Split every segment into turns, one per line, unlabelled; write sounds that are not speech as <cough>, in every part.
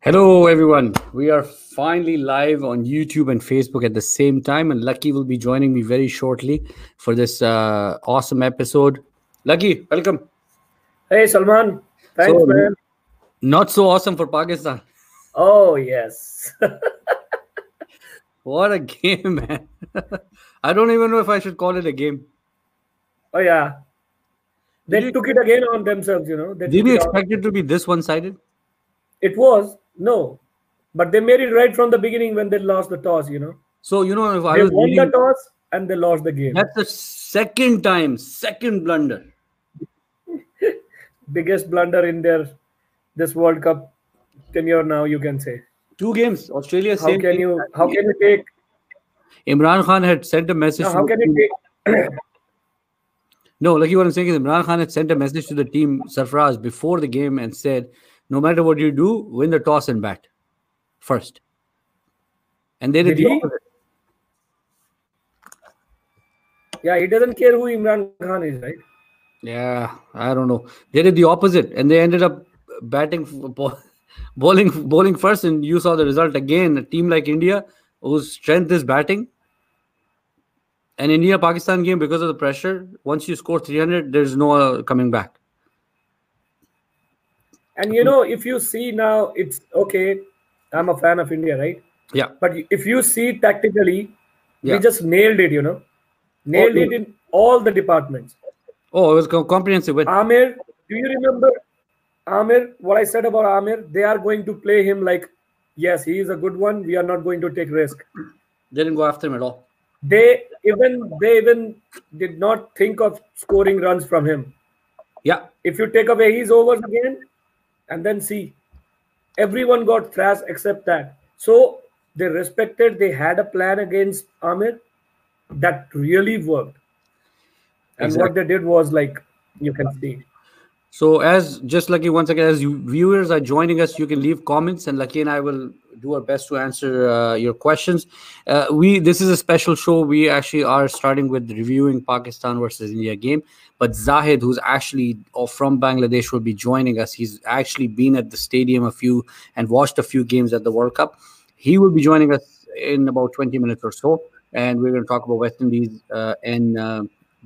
Hello, everyone. We are finally live on YouTube and Facebook at the same time, and Lucky will be joining me very shortly for this uh, awesome episode. Lucky, welcome.
Hey Salman, thanks
So-
man.
Not so awesome for Pakistan.
Oh yes, <laughs>
What a <laughs> game, man. I don't even know if I should call it a game.
oh yeah. They
Did you-
took it again on themselves, you know. They
Did
took
we
it, on-
expect it to be this one sided?
it was no, but they made it right from the beginning when they lost the toss, you know.
So, you know, if I
they
was
won
reading,
the toss and they lost the game.
that's the second time, second blunder.
Biggest blunder in their this World Cup tenure now, you can say.
Two games, Australia.
How
same
can
thing.
you how can you take
Imran Khan had sent a message.
now,
to
how
the
can
team.
you take
No, like you what I'm saying is Imran Khan had sent a message to the team Sarfraz before the game and said, no matter what you do, win the toss and bat first. And they did,
Did
the
he?
opposite.
yeah, he doesn't care who Imran Khan is, right?
Yeah, I don't know. They did the opposite, and they ended up batting, f- <laughs> bo- bowling, bowling first, and you saw the result again. A team like India, whose strength is batting, and India-Pakistan game because of the pressure. Once you score 300, there's no uh, coming back.
And
Hmm.
you know, if you see now, it's okay. I'm a fan of India, right?
Yeah.
But if you see tactically,
Yeah.
we just nailed it, you know, nailed
Oh,
it in all the departments.
Oh, it was co- comprehensive win.
Amir, do you remember Amir? What I said about Amir? They are going to play him like, yes, he is a good one. We are not going to take risk.
They didn't go after him at all.
They even they even did not think of scoring runs from him.
Yeah,
If you take away his overs again, and then see, everyone got thrashed except that. So they respected. They had a plan against Amir that really worked. And what
Exactly.
they did was like you can see.
So as just lucky once again, as you viewers are joining us, you can leave comments, and Lucky and I will do our best to answer uh, your questions. Uh, we this is a special show. We actually are starting with reviewing Pakistan versus India game, but Zahid, who's actually or from Bangladesh, will be joining us. He's actually been at the stadium a few and watched a few games at the World Cup. He will be joining us in about 20 minutes or so, and we're going to talk about West Indies uh, and uh,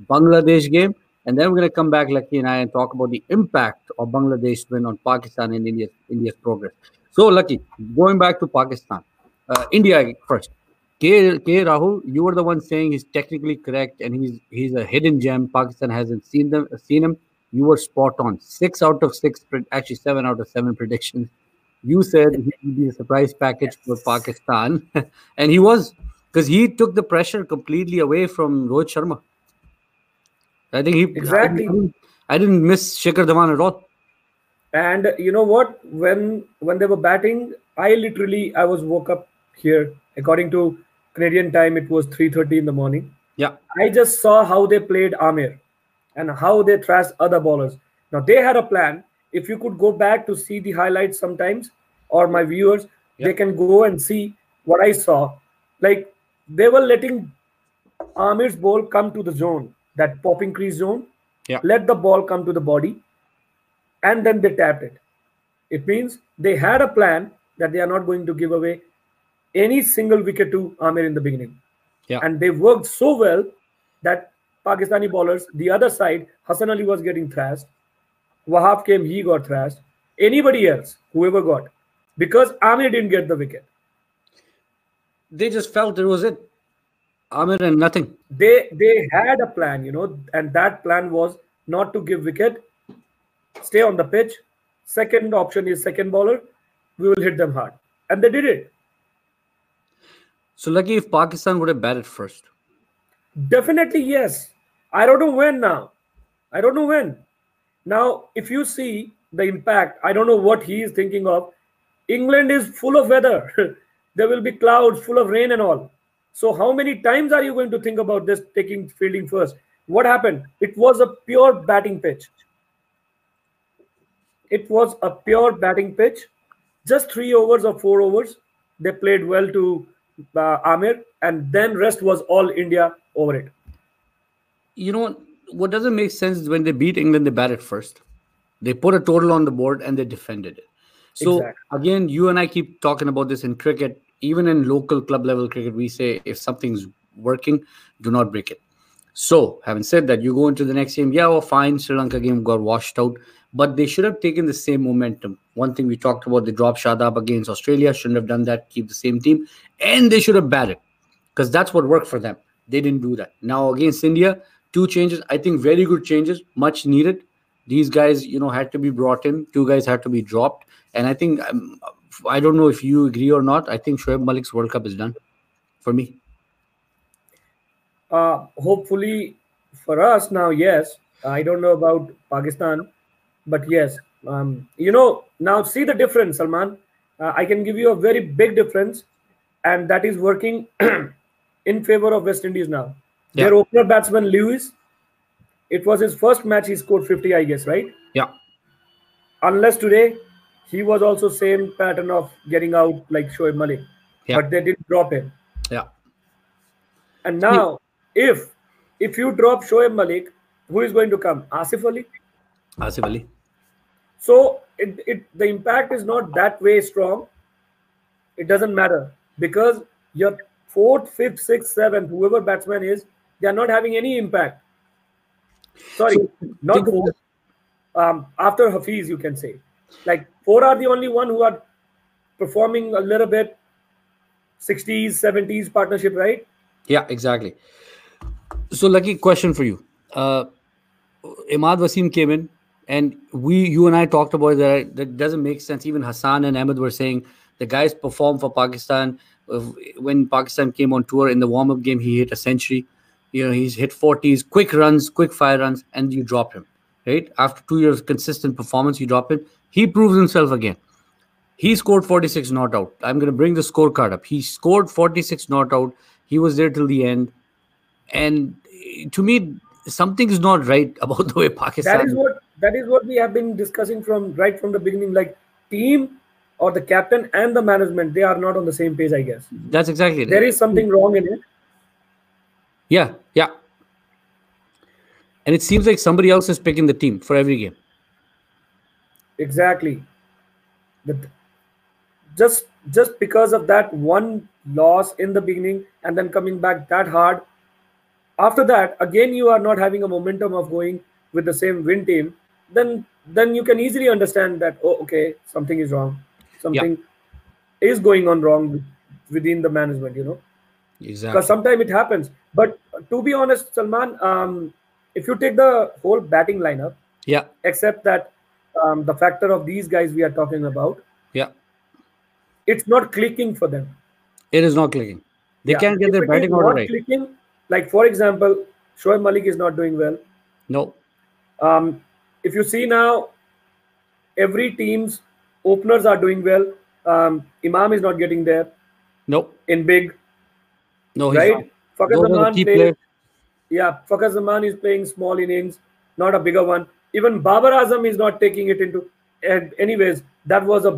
Bangladesh game. And then we're going to come back, Lucky and I, and talk about the impact of Bangladesh win on Pakistan and India's, India's progress. So, Lucky, going back to Pakistan, uh, India first. K, K Rahul, you were the one saying he's technically correct and he's he's a hidden gem. Pakistan hasn't seen them seen him. You were spot on. Six out of six, pred- actually seven out of seven predictions. You said he would be a surprise package for Pakistan, <laughs> and he was because he took the pressure completely away from Rohit Sharma. I think he
Exactly.
I didn't, I didn't miss Shikhar Dhawan at all.
And you know what? When when they were batting, I literally I was woke up here. According to Canadian time, it was 3:30 in the morning.
Yeah,
I just saw how they played Amir and how they thrashed other bowlers. Now they had a plan. If you could go back to see the highlights sometimes, or my viewers, they can go and see what I saw. Like they were letting Amir's ball come to the zone, that popping crease zone.
Yeah.
Let the ball come to the body, and then they tapped it. It means they had a plan that they are not going to give away any single wicket to Amir in the beginning
yeah.
and they worked so well that Pakistani bowlers, the other side, Hassan Ali was getting thrashed. Wahab came, he got thrashed. Anybody else, whoever got, because Amir didn't get the wicket.
they just felt it was it. Amir and nothing.
They they had a plan, you know, and that plan was not to give wicket, stay on the pitch. Second option is second bowler, we will hit them hard, and they did it.
So lucky if Pakistan would have batted first.
Definitely yes. I don't know when now. I don't know when. Now, if you see the impact, I don't know what he is thinking of. England is full of weather. <laughs> there will be clouds, full of rain and all. So, how many times are you going to think about this taking fielding first? What happened? It was a pure batting pitch. It was a pure batting pitch. Just three overs or four overs. They played well to uh, Amir, and then rest was all India over it.
You know what- what doesn't make sense is when they beat England, they batted first. They put a total on the board and they defended it. So
Exactly.
again, you and I keep talking about this in cricket, even in local club level cricket. We say if something's working, do not break it. So, having said that, you go into the next game. Yeah, well, fine. Sri Lanka game got washed out, but they should have taken the same momentum. One thing we talked about, they dropped Shadab against Australia. Shouldn't have done that. Keep the same team, and they should have batted because that's what worked for them. They didn't do that. Now against India, two changes. I think very good changes, much needed. These guys, you know, had to be brought in. Two guys had to be dropped, and I think um, I don't know if you agree or not. I think Shoaib Malik's World Cup is done for me.
Uh, hopefully for us now, yes. I don't know about Pakistan, but yes. Um, you know, now see the difference, Salman. Uh, I can give you a very big difference, and that is working <clears throat> in favor of West Indies now.
Yeah.
Their opener batsman Lewis, it was his first match. He scored 50, I guess, right?
Yeah,
unless today he was also same pattern of getting out like Shoaib Malik,
Yeah.
but they didn't drop him.
yeah,
And now, if if you drop Shoaib Malik, who is going to come? Asif Ali.
Asif Ali.
So it, it the impact is not that way strong. It doesn't matter because your fourth, fifth, sixth, seventh, whoever batsman is, they are not having any impact. Sorry, not
think-
four. Um, after Hafiz, you can say, like four are the only one who are performing a little bit. 60s, 70s partnership, right?
Yeah, exactly. So, lucky question for you. Uh, Imad Wasim came in, and we, you and I talked about that. That doesn't make sense. Even Hassan and Ahmed were saying the guys performed for Pakistan. Uh, When Pakistan came on tour in the warm up game, he hit a century. You know, he's hit 40s, quick runs, quick fire runs, and you drop him, right? After two years of consistent performance, you drop him. He proves himself again. He scored 46 not out. I'm going to bring the scorecard up. He scored 46 not out. He was there till the end. And eh, to me, something's not right <laughs> about the way Pakistan.
That is what that is what we have been discussing from right from the beginning. Like team or the captain and the management, they are not on the same page, I guess.
That's exactly it.
There is something wrong in it.
Yeah, yeah. And it seems like somebody else is picking the team for every game.
Exactly. But just just because of that one loss in the beginning and then coming back that hard, after that again you are not having a momentum of going with the same win team. Then then you can easily understand that oh okay something is wrong, something is going on wrong within the management. You know.
Exactly.
because sometimes it happens. But to be honest, Salman, um, if you take the whole batting lineup,
Yeah,
except that um, the factor of these guys we are talking about,
yeah.
it's not clicking for them.
It is not clicking. They
Yeah.
can't get
If
their
it is
batting order
not
right.
Clicking, like for example, Shoaib Malik is not doing well.
No.
Um, if you see now, every team's openers are doing well. Um, Imam is not getting there
No.
in big,
No, Oh, he's not.
right? Fakhar
Those are the
Zaman
key
plays
players.
Yeah, Fakhar Zaman is playing small innings, not a bigger one. Even Babar Azam is not taking it into. And anyways, that was a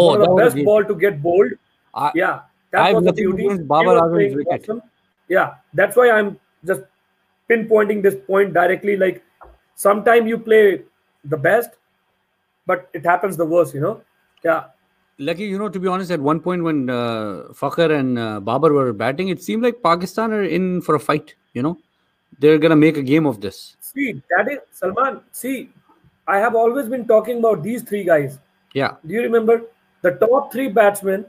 Oh,
one
that
of the
was a
best
great-
ball to get bowled.
I-
yeah,
I
that
have
was a
nothing
beauty.
against
He
Babar
was
Azam's
playing
wicket.
awesome. Yeah, that's why I'm just pinpointing this point directly. Like, sometimes you play the best, but it happens the worst. You know. Yeah.
Lucky, you know, to be honest, at one point when uh, Fakhar and uh, Babar were batting, it seemed like Pakistan are in for a fight. You know, they're gonna make a game of this.
See, that is Salman. See, I have always been talking about these three guys.
Yeah,
Do you remember the top three batsmen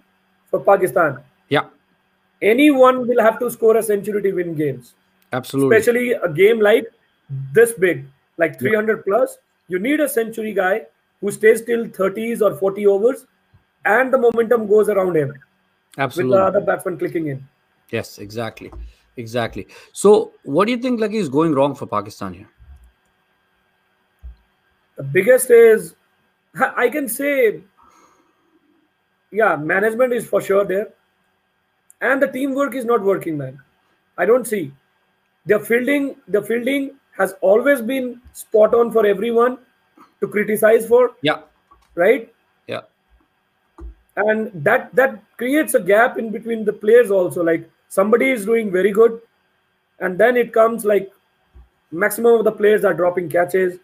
for Pakistan?
yeah,
Anyone will have to score a century to win games,
absolutely.
especially a game like this big, like 300 plus. You need a century guy who stays till 30s or 40 overs, and the momentum goes around him with
absolutely.
the other batsman clicking in.
Yes, exactly. Exactly. So, what do you think, Lucky, is going wrong for Pakistan here?
The biggest is, I can say, yeah, management is for sure there. And the teamwork is not working, man. I don't see. The fielding, the fielding has always been spot on for everyone to criticize for,
Yeah,
right?
yeah,
And that that creates a gap in between the players also. Like somebody is doing very good, and then it comes like maximum of the players are dropping catches,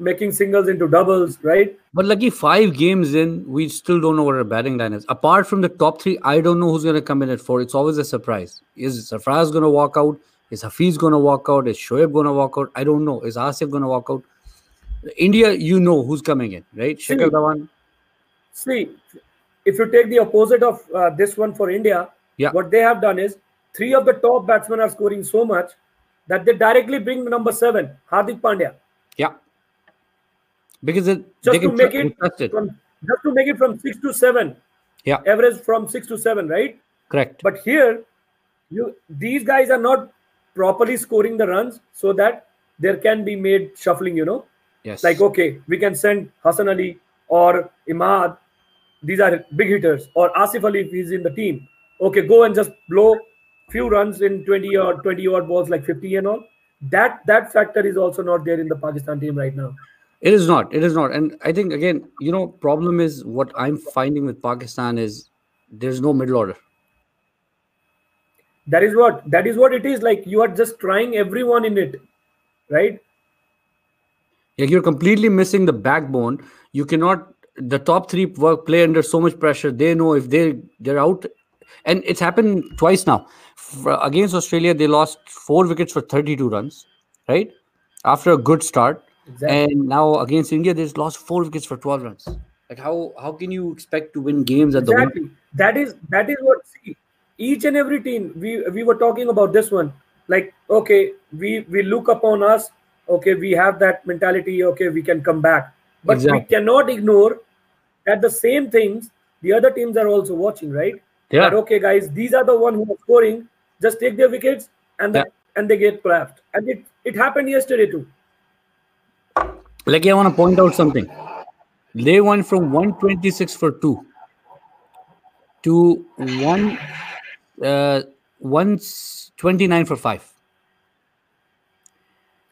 making singles into doubles, right?
But lucky five games in, we still don't know what our batting line is. Apart from the top three, I don't know who's going to come in at four. It's always a surprise. Is Safraz going to walk out? Is Hafiz going to walk out? Is Shoaib going to walk out? I don't know. Is Asif going to walk out? India, you know who's coming in, right?
See.
Shikhar Dhawan.
See, if you take the opposite of uh, this one for India,
Yeah.
what they have done is three of the top batsmen are scoring so much that they directly bring the number seven, Hardik Pandya,
Yeah. Because it,
just
they
to
can
make
tr-
it
trust it.
from just to make it from six to seven.
Yeah.
average from six to seven, right?
Correct.
But here, you these guys are not properly scoring the runs so that there can be made shuffling. You know,
yes.
like oh. okay, we can send Hassan Ali or Imad. These are big hitters, or Asif Ali if he's in the team. Okay, go and just blow few runs in 20 or 20 odd balls, like 50 and all. That that factor is also not there in the Pakistan team right now.
It is not. It is not. And I think again, you know, problem is what I'm finding with Pakistan is there's no middle order.
That is what that is what it is. Like you are just trying everyone in it, right?
Like you're completely missing the backbone. You cannot. The top three work play under so much pressure. They know if they they're out, and it's happened twice now. F- against Australia, they lost four wickets for 32 runs, right? After a good start,
Exactly.
and now against India, they just lost four wickets for 12 runs. Like how how can you expect to win games at the
exactly that is that is what see each and every team we we were talking about this one like okay we we look upon us okay we have that mentality okay we can come back but we
Exactly.
cannot ignore that the same things the other teams are also watching right
Yeah.
That, okay guys these are the one who are scoring just take their wickets and the, and they get clapped and it it happened yesterday too
Like I want to point out something. They went from 126 for two to one uh 129 for five.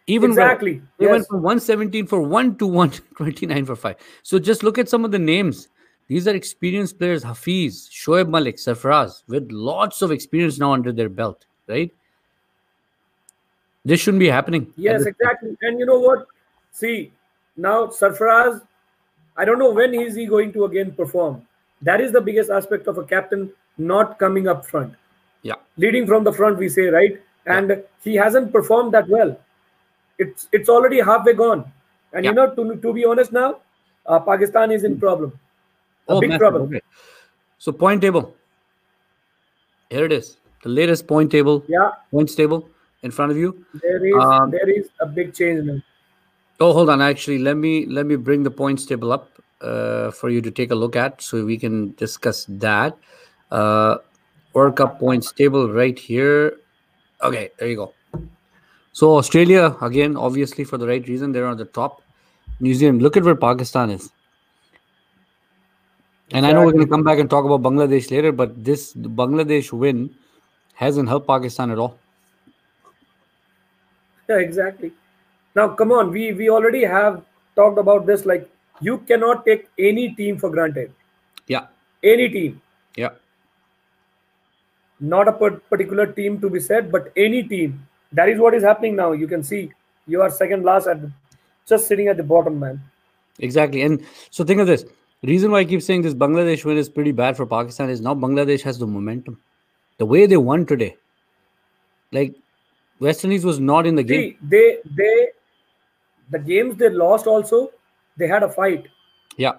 Even well,
exactly
they went
yes.
from 117 for one <laughs> to 129 for five. So just look at some of the names. These are experienced players: Hafiz, Shoaib Malik, Sarfaraz, with lots of experience now under their belt. Right? This shouldn't be happening. at
Yes,
this-
exactly. And you know what? See, now Sarfaraz, I don't know when is he going to again perform. That is the biggest aspect of a captain not coming up front.
Yeah.
Leading from the front, we say, right? And he hasn't performed that well. It's it's already halfway gone. And you
Yeah. Hmm.
know, to, to be honest now, uh, Pakistan is in problem. A big
Oh, massive,
problem.
okay. So point table. Here it is. The latest point table,
Yeah,
points table in front of you.
there is
Um,
there is a big change now.
Oh, hold on. Actually, let me let me bring the points table up uh, for you to take a look at, so we can discuss that. Uh, World Cup points table right here. Okay, there you go. So Australia again, obviously for the right reason, they're on the top. New Zealand. Look at where Pakistan is. And I know we're going to come back and talk about Bangladesh later, but this Bangladesh win hasn't helped Pakistan at all.
Yeah, exactly. Now, come on, we we already have talked about this. Like, you cannot take any team for granted.
Yeah,
Any team,
yeah,
not a par- particular team to be said, but any team. That is what is happening now. You can see you are second last at the, just sitting at the bottom, man.
exactly. And so think of this. Reason why I keep saying this Bangladesh win is pretty bad for Pakistan is now Bangladesh has the momentum. The way they won today, like West Indies was not in the game.
See, they they the games they lost also. They had a fight.
Yeah.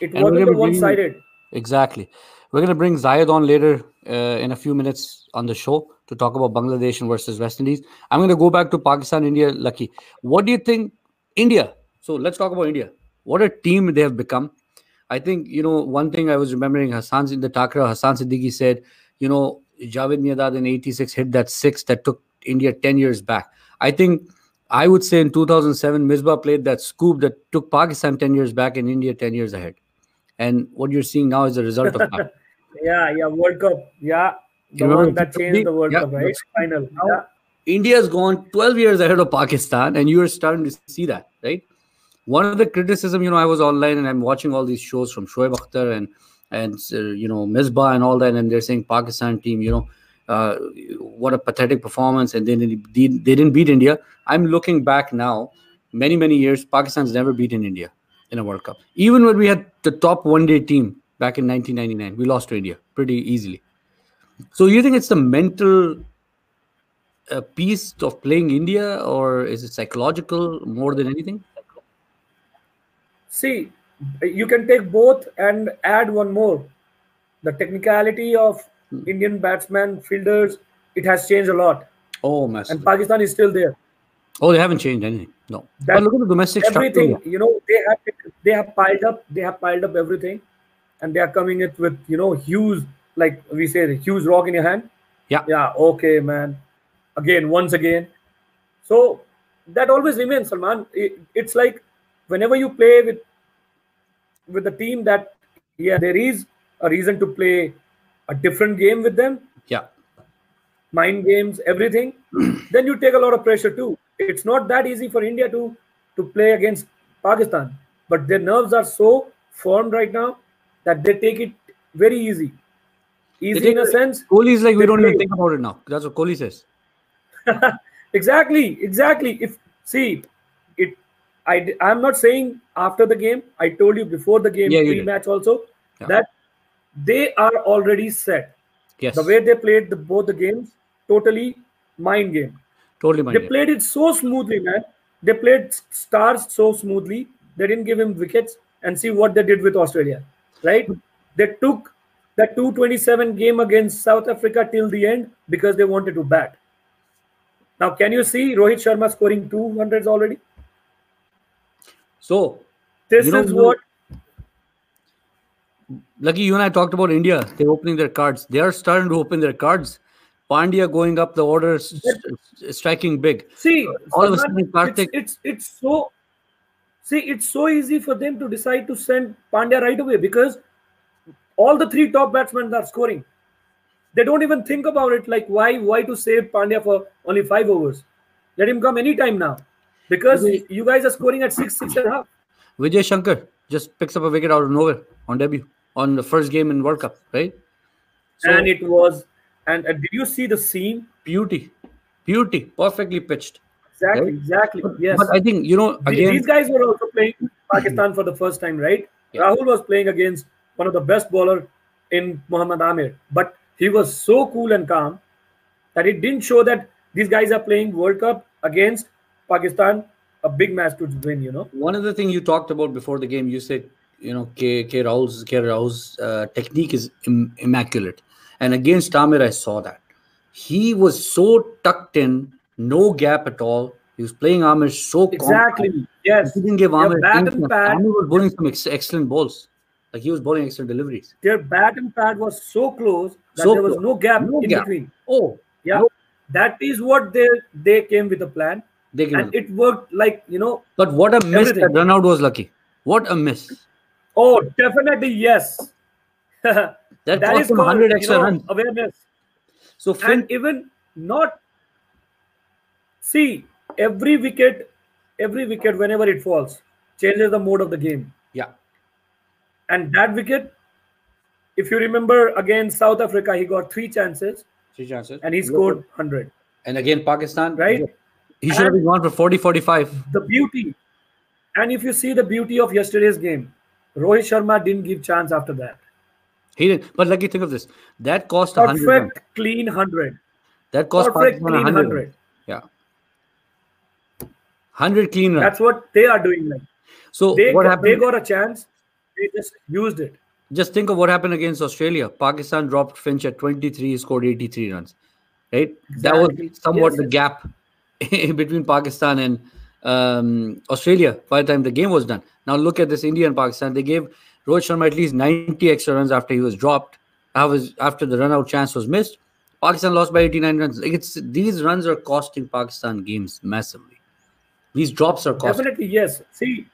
It
And we're
wasn't
gonna
a
be bringing-
one-sided.
Exactly. We're going to bring Zayed on later uh, in a few minutes on the show to talk about Bangladesh and versus West Indies. I'm going to go back to Pakistan, India, Lucky. What do you think? India. So let's talk about India. What a team they have become. I think, you know, one thing I was remembering Hassan in the Takra, Hassan Siddiqui said, you know, Javed Niyadad in 86 hit that six that took India 10 years back. I think I would say in 2007, Misbah played that scoop that took Pakistan 10 years back and India 10 years ahead. And what you're seeing now is a result of that.
Yeah, yeah, World Cup. Yeah, the
remember
one that
T20?
changed the World
Yeah,
Cup, right?
that's-
Final.
Now-
Yeah.
India's gone 12 years ahead of Pakistan, and you're starting to see that, right? One of the criticism, you know, I was online and I'm watching all these shows from Shoaib Akhtar and and uh, you know Misbah and all that, and they're saying Pakistan team, you know, uh, what a pathetic performance, and they didn't, they didn't beat India. I'm looking back now many many years pakistan's never beaten india in a world cup even when we had the top one day team back in 1999 we lost to india pretty easily so you think it's the mental uh, piece of playing india or is it psychological more than anything
see you can take both and add one more the technicality of indian batsmen fielders it has changed a lot
oh
and
massive.
pakistan is still there
oh they haven't changed anything no
That-
but look at the domestic
everything
structure
you know they have they have piled up they have piled up everything and they are coming it with you know huge like we say the huge rock in your hand
Yeah.
yeah okay man again once again so that always remains salman it, it's like whenever you play with with the team that yeah there is a reason to play a different game with them
yeah
mind games, everything, <clears throat> then you take a lot of pressure too. It's not that easy for India to to play against Pakistan, but their nerves are so formed right now that they take it very easy. Easy
take
in a
it-
sense. <laughs>
kohli is like we
They
don't even
play.
think about it now that's what kohli says
exactly, exactly. If see, it, I I'm not saying after the game. I told you before the game,
Yeah, you did.
pre-match also
Yeah.
that they are already set.
yes
The way they played the, both the games, totally mind game.
totally mind
They
game.
played it so smoothly, man. They played s- stars so smoothly. They didn't give him wickets and see what they did with Australia, right? They took the 227 game against South Africa till the end because they wanted to bat. Now, can you see Rohit Sharma scoring 200s already?
so
This
You know,
is
you-
what
Lucky, you and I talked about India. They're opening their cards. They are starting to open their cards. Pandya going up the order, s- s- striking big.
see.
All of a
Salman,
sudden,
it's,
Karthik.
it's it's so see it's so easy for them to decide to send Pandya right away because all the three top batsmen are scoring. They don't even think about it like why why to save Pandya for only five overs. Let him come anytime now. Because
Vijay-
you guys are scoring at six, six and a half.
Vijay Shankar just picks up a wicket out of nowhere on debut on the first game in World Cup, right? So
and it was and, and did you see the scene?
beauty, beauty, perfectly pitched.
Exactly,
Right.
exactly. Yes.
But I think you know
The-
again.
These guys were also playing Pakistan for the first time, right?
Yeah.
Rahul was playing against one of the best bowler in Muhammad Amir, but he was so cool and calm that it didn't show that these guys are playing World Cup against Pakistan, a big match to win. You know,
one of the things you talked about before the game, you said, you know, K. K. Rahul's K. Rahul's uh, technique is Im- immaculate, and against Tamir, I saw that he was so tucked in, no gap at all. He was playing Amir so
exactly.
compact.
Yes,
He didn't give
Yeah,
Amir.
bat
Yeah,
and pad.
Amir was bowling some ex- excellent balls, like he was bowling excellent deliveries.
their bat and pad was so close that
So
there was
close.
no gap
No
in
gap.
between.
Oh,
Yeah,
No.
that is what they they came with a plan,
they can.
and it worked. Like you know,
But what a miss! That
Everything.
run out was lucky. What a miss!
oh, definitely yes. <laughs>
That,
that
cost
is
him
called,
100
you
extra
know,
runs.
awareness
So Finn,
and even not see every wicket every wicket whenever it falls changes the mode of the game
yeah,
and that wicket if you remember against south africa he got three chances
three chances,
and he scored 100
And again, Pakistan,
Right?
He should have been gone for 40 45.
the beauty and if you see the beauty of yesterday's game rohit sharma didn't give chance after that
He didn't. But lucky, think of this that cost 100. run.
perfect clean 100
That cost
perfect
Pakistan
clean
100.
100
run. Yeah. 100 clean run.
that's what they are doing now.
so,
they,
what
they
happened?
got a chance they just used it
just think of what happened against Australia. Pakistan dropped Finch at 23, he scored 83 runs. Right? That
Exactly.
was somewhat
Yes,
the
yes.
gap <laughs> between Pakistan and um, Australia by the time the game was done. Now look at this India and Pakistan. They gave Rohit Sharma at least 90 extra runs after he was dropped. I was after the run out chance was missed. Pakistan lost by 89 runs. Like it's these runs are costing Pakistan games massively. These drops are costing.
Definitely, yes. See,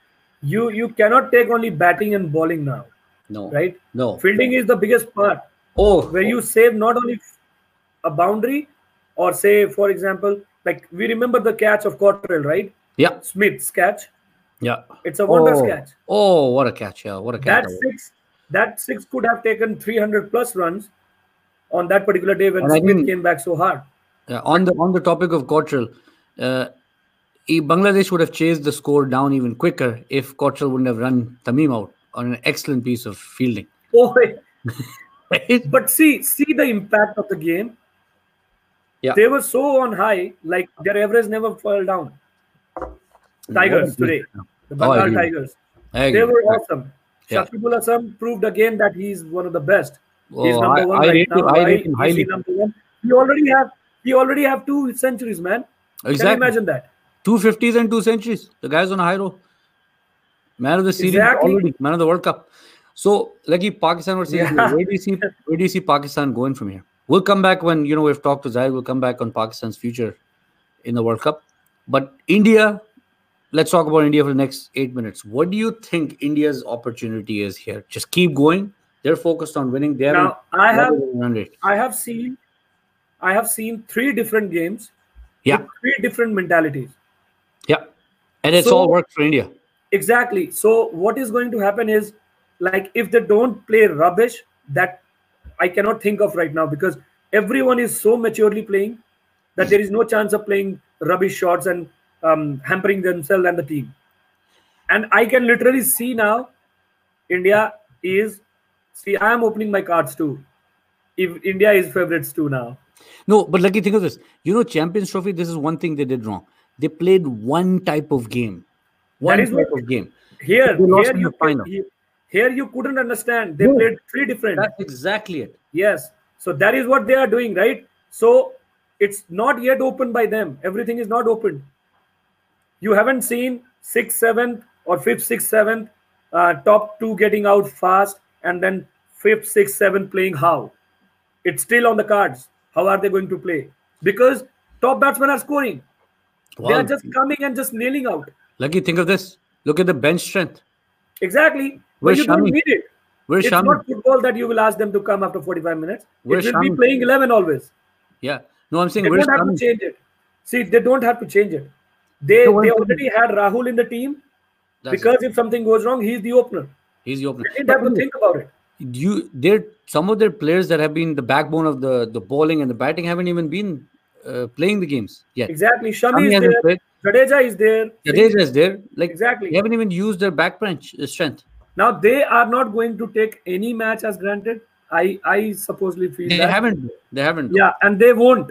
you you cannot take only batting and bowling now,
No.
right?
No.
Fielding is the biggest part
Oh,
where you save not only a boundary or say, for example, like we remember the catch of Cottrell, right?
yeah.
Smith's catch.
Yeah.
It's a wondrous
oh,
catch.
Oh, what a catch! Yeah, what a catch!
That
that was.
six, that six could have taken 300 plus runs on that particular day when
And I
Smith
think-
came back so hard.
Yeah, on the on the topic of Cottrell, uh, eh, Bangladesh would have chased the score down even quicker if Cottrell wouldn't have run Tamim out on an excellent piece of fielding.
<laughs>
<laughs>
Oh,
Right?
but see, see the impact of the game.
Yeah.
They were so on high, like their average never fell down. Tigers today, the
Oh, I
Bengal
agree.
Tigers.
I agree.
They were awesome.
Yeah.
Shakibul Hasan proved again that he's one of the best. he's
Oh,
number
I,
one
I
right
rate
now.
him, I
Why
rate him
is he
highly.
number one? We already have we already have two centuries, man. Can you
Exactly.
imagine that?
Two fifties and two centuries. The guy's on a high roll. Man of the series
Exactly.
already. Man of the World Cup. So, like if Pakistan were saying,
Yeah.
where do you see where do you see Pakistan going from here? We'll come back when you know we've talked to Zahid. We'll come back on Pakistan's future in the World Cup. But India, let's talk about India for the next eight minutes. What do you think India's opportunity is here? Just keep going. They're focused on winning. They haven't-
Now I have
they haven't run rate.
I have seen I have seen three different games.
Yeah.
with Three different mentalities.
Yeah. And it's
So-
all worked for India.
Exactly. So what is going to happen is like if they don't play rubbish that I cannot think of right now because everyone is so maturely playing that there is no chance of playing rubbish shots and um, hampering themselves and the team. And I can literally see now India is see I am opening my cards too. If India is favorites too now.
No, but lucky think of this. You know, Champions Trophy, this is one thing they did wrong. They played one type of game. One
is
type
what-
of game.
Here,
They lost
here
in
you,
the final.
you- here you couldn't understand. They
No.
played three different.
That's exactly it.
Yes. So that is what they are doing, right? So it's not yet open by them. Everything is not open. You haven't seen sixth, seventh, or fifth, sixth, seventh, uh, top two getting out fast, and then fifth, sixth, seventh playing how. It's still on the cards. How are they going to play? Because top batsmen are scoring. They
Wow.
are just coming and just nailing out.
Lucky think of this. Look at the bench strength.
Exactly. But
Where's
you don't
Shami?
need it.
Where's
It's
Shami?
not football that you will ask them to come after 45 minutes.
Where's
it will be
Shami?
playing 11 always.
Yeah. No, I'm saying
They
where's
don't have to
Shami?
change it. See, they don't have to change it. They
No, one
they
thing-
already had Rahul in the team
That's it.
because if something goes wrong, he's the opener.
he's the opener.
They didn't have to think about it.
Do you there some of their players that have been the backbone of the the bowling and the batting haven't even been uh, playing the games yet.
Exactly. Shami
Shami
is
hasn't
there.
played.
Jadeja is there.
Jadeja is there. Like
Exactly.
they haven't even used their back bench uh, strength.
Now they are not going to take any match as granted. I I supposedly feel
They
that.
haven't. They haven't.
Yeah, and they won't.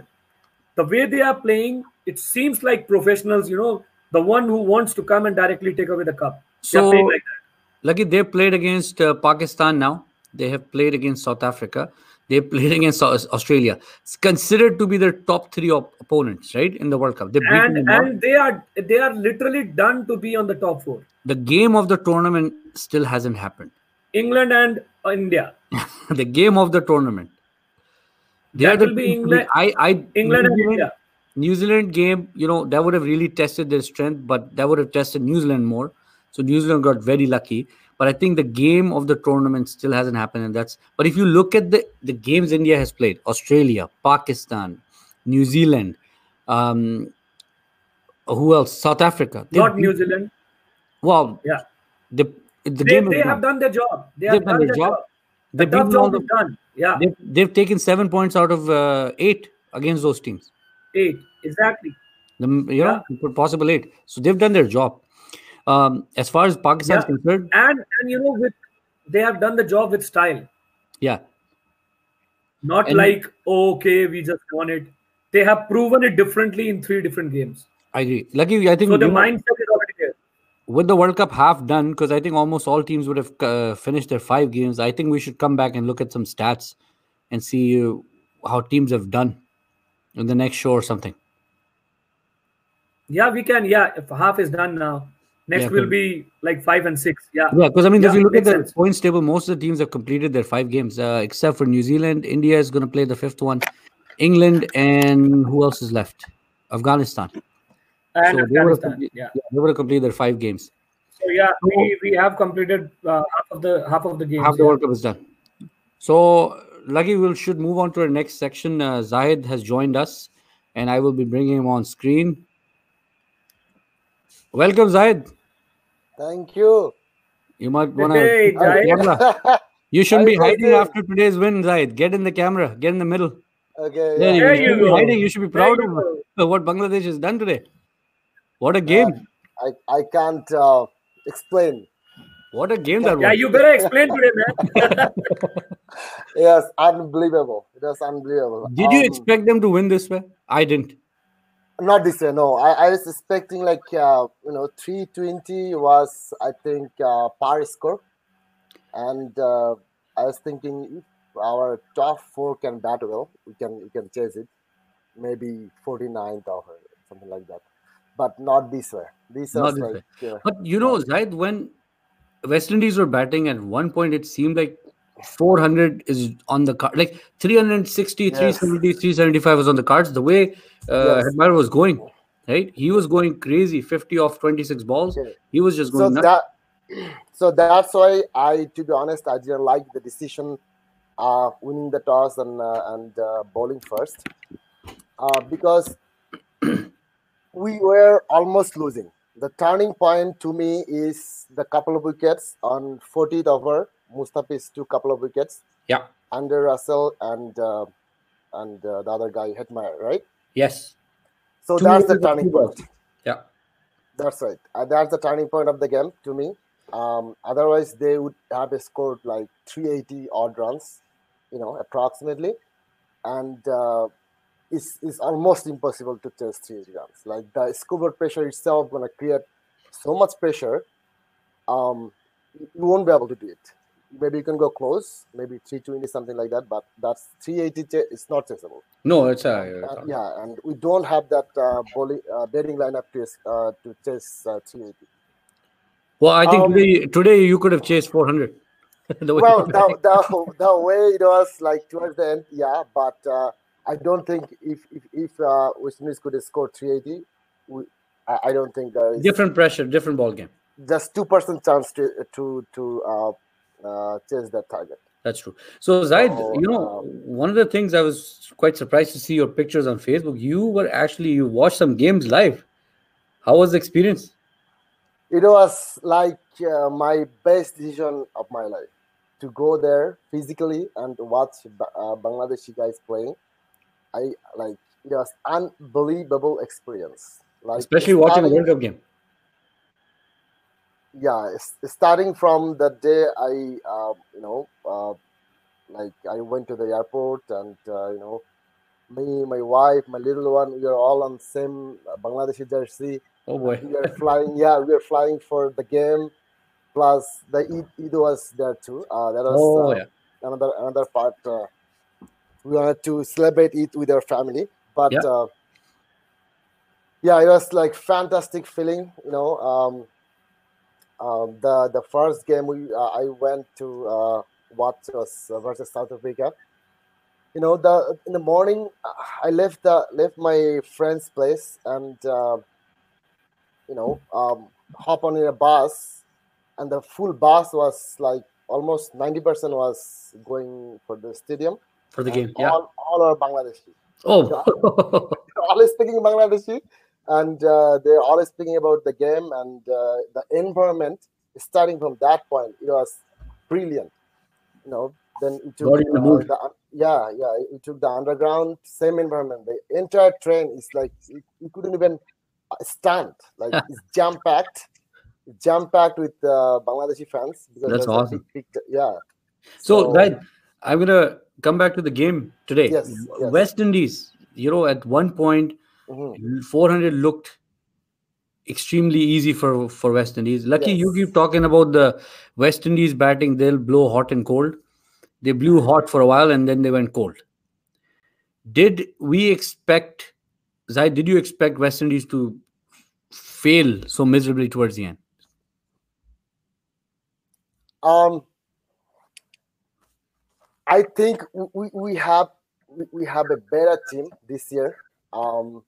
The way they are playing, it seems like professionals. You know, the one who wants to come and directly take away the cup. They are
So-
playing like that.
Lucky they played against uh, Pakistan now. They have played against South Africa. They <laughs> played against Aus- Australia. It's considered to be their top three op- opponents, right, in the World Cup. They beat
and
them all.
and they are they are literally done to be on the top four.
the game of the tournament still hasn't happened. <laughs>
England and India.
the game of the tournament. They
That
are the
will be
teams to
England-
beat. I, I,
England
New
and
Zealand,
India.
New Zealand game, you know, that would have really tested their strength, but that would have tested New Zealand more. So New Zealand got very lucky. But I think the game of the tournament still hasn't happened. And that's but if you look at the, the games India has played, Australia, Pakistan, New Zealand, um who else? South Africa. They
Not
beat-
New Zealand.
Wow.
Yeah.
The, the
They,
game is
they
won.
have done their job. They
They've
have done their job.
They
The tough
beat all
job
the
is done. Yeah,
they've, they've taken seven points out of uh, eight against those teams.
eight exactly.
The, m- you know, p- possible eight. So they've done their job. Um, as far as Pakistan is
Yeah.
concerned,
And and you know with they have done the job with style.
yeah,
Not
And-
like oh, okay we just won it. They have proven it differently in three different games.
I agree. Lucky, I think
So the
Hmm, you know,
mindset is already there.
with the World Cup half done, because I think almost all teams would have uh, finished their five games. I think we should come back and look at some stats and see uh, how teams have done in the next show or something.
Yeah, we can. Yeah, if half is done now, next
Yeah,
will
cool.
be like five and six. Yeah,
Yeah, because I mean, if
Yeah,
you look at
makes
the
sense.
points table, most of the teams have completed their five games, uh, except for New Zealand. India is going to play the fifth one, England, and who else is left? Afghanistan.
and
so they would have
Afghanistan.
complete-
yeah.
Yeah, they would have completed their five games.
So yeah, we, we have completed uh, half of the half of the games.
Half the
yeah.
World Cup is done. So, lucky we will should move on to our next section. Uh, Zahid has joined us, and I will be bringing him on screen. Welcome, Zahid.
Thank you. <laughs>
You might want to
Hey, Zahid.
You shouldn't
I
be
was
hiding
saying-
after today's win, Zahid. Get in the camera. Get in the middle.
okay.
There
yeah.
you,
There
go.
you
Shouldn't be
go.
hiding. You should be <laughs>
There
proud
you
of what Bangladesh has done today. What a game!
I, I can't uh, explain.
what a game that
Yeah,
was!
you better explain today, man. <laughs>
Yes, unbelievable. It was unbelievable.
Did you
Um,
expect them to win this way? I didn't.
Not this year, no. I, I was expecting like uh, you know, three twenty was I think uh, par score, and uh, I was thinking if our top four can bat well, we can we can chase it, maybe 49th or something like that, but not this way. This
Not
was
this
like uh,
But you know, Zaid, when West Indies were batting at one point, it seemed like 400 is on the card, like 360,
Yes.
370, 375 was on the cards. The way uh,
Yes.
Hedmar was going, right? He was going crazy, 50 off 26 balls.
Okay.
He was just
so
going nuts.
that so that's why I, to be honest, I didn't like the decision, uh, winning the toss and uh, and uh, bowling first, uh, because <clears throat> we were almost losing. The turning point to me is the couple of wickets on 40th over. Mustafiz took couple of wickets.
Yeah.
Under Russell and uh, and uh, the other guy Hetmeyer, right?
yes.
So
Two
that's the
wickets and
turning
two balls.
point.
Yeah.
That's right. Uh, that's the turning point of the game to me. Um, otherwise, they would have scored like 380 odd runs, you know, approximately. And uh, it's, it's almost impossible to chase 380 runs. Like the scuba pressure itself going to create so much pressure, um, you you won't be able to do it. Maybe you can go close, maybe 320, something like that, but that's 380, cha- it's not chaseable.
No, it's a.
Uh, yeah, and we don't have that uh, bowling, uh, batting lineup to uh, to chase uh, <laughs> 380.
Well, I think
Um,
today, today you could have chased 400. <laughs> The way
Well,
you-
the, the, the way it was like towards the end, yeah, but uh, I don't think if if, if uh, West Indies could score 380, we, I, I don't think there is
<laughs> different pressure, different ball game.
just two percent chance to to to uh, uh, chase that target.
That's true. So Zaid,
So,
you know, one of the things I was quite surprised to see your pictures on Facebook. You were actually you watched some games live. How was the experience?
It was like uh, my best decision of my life to go there physically and watch Ba- uh, Bangladeshi guys playing. I like it was unbelievable experience. Like
Especially watching a
starting-
World Cup game.
yeah s- starting from the day i uh, you know uh, like i went to the airport and uh, you know me my wife my little one we are all on same uh, bangladeshi jersey
Oh boy.
we are flying yeah we are flying for the game plus the Eid, Eid was there too uh, that was
Oh
uh,
yeah.
another another part uh, we wanted to celebrate it with our family but
Yeah.
uh, yeah it was like fantastic feeling you know um, um, the the first game we uh, i went to uh, watch was uh, versus south africa you know the in the morning uh, i left the left my friend's place and uh, you know um, hop on in a bus and the full bus was like almost 90% was going for the stadium.
For the
and
game.
<laughs>
Yeah.
All, all are Bangladeshi.
Oh <laughs>
They're <laughs> all speaking Bangladeshi and uh, they're all speaking about the game and uh, the environment. Starting from that point, it was brilliant. You know, then we took uh,
Got in the mood.
the- yeah, yeah, we took the underground, same environment. The entire train is like, you you couldn't even uh, stand.
<laughs>
Like, it's jam packed. Jam packed with uh, Bangladeshi fans. because
That's
there's a
awesome.
big- big- yeah,
so
so-
Zaid, I'm gonna come back to the game today.
Yes, yes.
West Indies, you know, at one point
mhm.
400 looked extremely easy for for West Indies. Lucky you
Yes.
keep talking about the West Indies batting; they'll blow hot and cold. They blew hot for a while and then they went cold. Did we expect, Zai? Did you expect West Indies to fail so miserably towards the end?
Um, I think w- we, we have we- we have a better team this year. Um,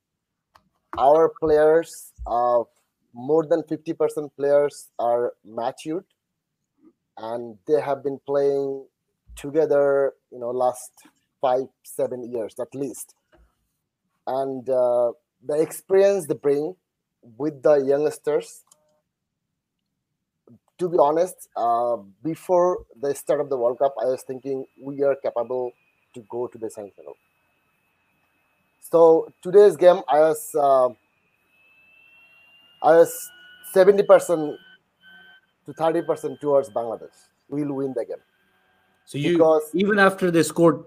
our players, uh, more than fifty percent players are matured, and they have been playing together. You know, last five seven years at least, and uh, the experience they bring with the youngsters to be honest, uh, before the start of the World Cup, I was thinking we are capable to go to the semifinal. So today's game, I was uh, I was 70% to 30% towards Bangladesh. We'll win the game.
So you
Because-
even after they scored,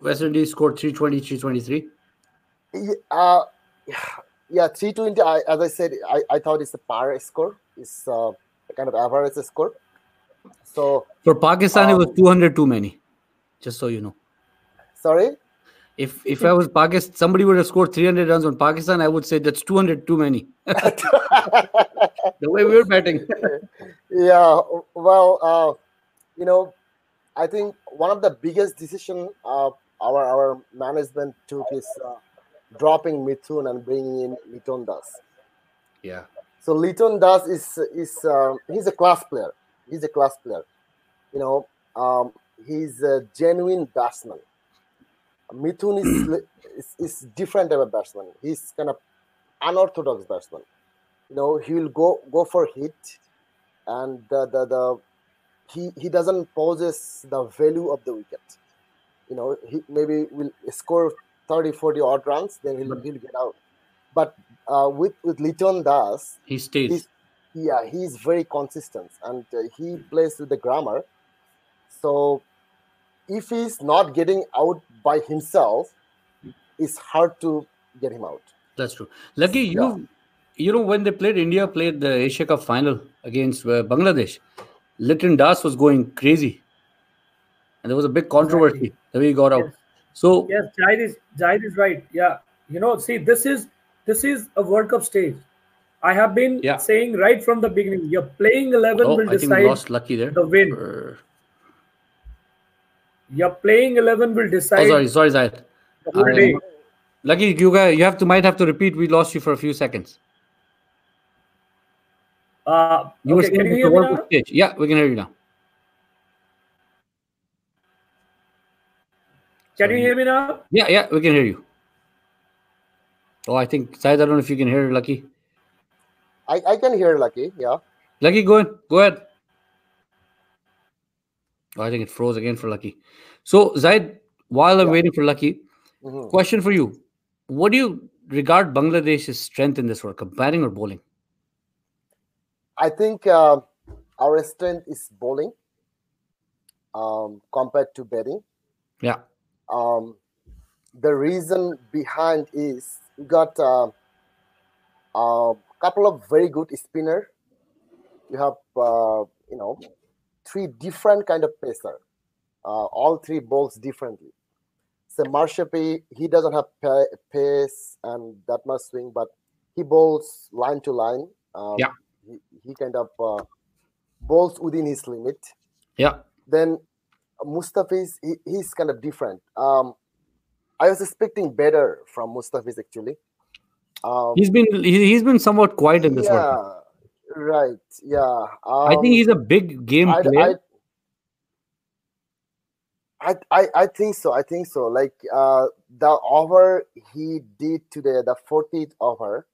West Indies scored 320, 323.
Y- Uh, yeah, 320, I, as I said, I, I thought it's a par score. It's uh, a kind of average score. So,
For Pakistan, it was
Um,
200 too many. Just so you know,
sorry?
if if I was Pakistan, somebody would have scored 300 runs on Pakistan. I would say that's 200 too
<laughs>
many. The way we were batting.
yeah well uh, you know i think one of the biggest decision uh, our our management took is uh, dropping mithun and bringing in liton das
yeah.
so liton das is is uh, he's a class player he's a class player you know um, he's a genuine batsman mithun is, li- is is different type of batsman he's kind of unorthodox batsman you know he will go go for hit and the the, the he, he doesn't possess the value of the wicket you know he maybe will score 30 40 odd runs then he'll, he'll get out but uh, with with liton das
He stays.
He's- yeah he's very consistent and uh, he plays with the grammar so if he's not getting out by himself it's hard to get him out
That's true. Lucky you, you know when they played India played the Asia Cup final against uh, Bangladesh, Litin Das was going crazy, and there was a big controversy the way he got out.
Yes.
So
Yes, Jair is Jair is right. Yeah, you know, see, this is this is a World Cup stage. I have been
Yeah.
saying right from the beginning, your playing eleven
oh,
will
I think we
decide
lost Lucky there. Uh,
the win.
Or-
Your playing eleven will
oh,
decide
sorry, sorry, Zayed.
the whole
I-
day.
Lucky you guys, you have to might have to repeat. We lost you for a few seconds.
Uh,
You
okay,
were
can
saying it's
you hear
a
me
World Cup
now?
stage. Yeah, we can hear you now.
Can you hear me now?
Yeah, yeah, we can hear you. Oh, I think Zayed. I don't know if you can hear Lucky.
i, I can hear lucky yeah
Lucky, go ahead. Go ahead. Oh, I think it froze again for Lucky. So, Zaid, while I'm
Yeah.
waiting for Lucky,
Mhm.
question for you. What do you regard Bangladesh's strength in this World Cup, batting or bowling?
I think uh, our strength is bowling um, compared to batting.
Yeah.
Um, the reason behind is we got uh, a couple of very good spinner. You have uh, you know three different kind of pacer. Uh, all three bowls differently. So Marshapi, he doesn't have pa- pace and that much swing, but he bowls line to line. Um,
Yeah.
He, he kind of uh, bowls within his limit.
Yeah.
Then Mustafiz, he, he's kind of different. Um, I was expecting better from Mustafiz actually. Um,
He's been he- he's been somewhat quiet in this World Cup.
yeah, right. Yeah.
I
um,
think he's a big game
I,
player.
I, I, I think so. I think so. Like uh, the over he did today, the 40th over,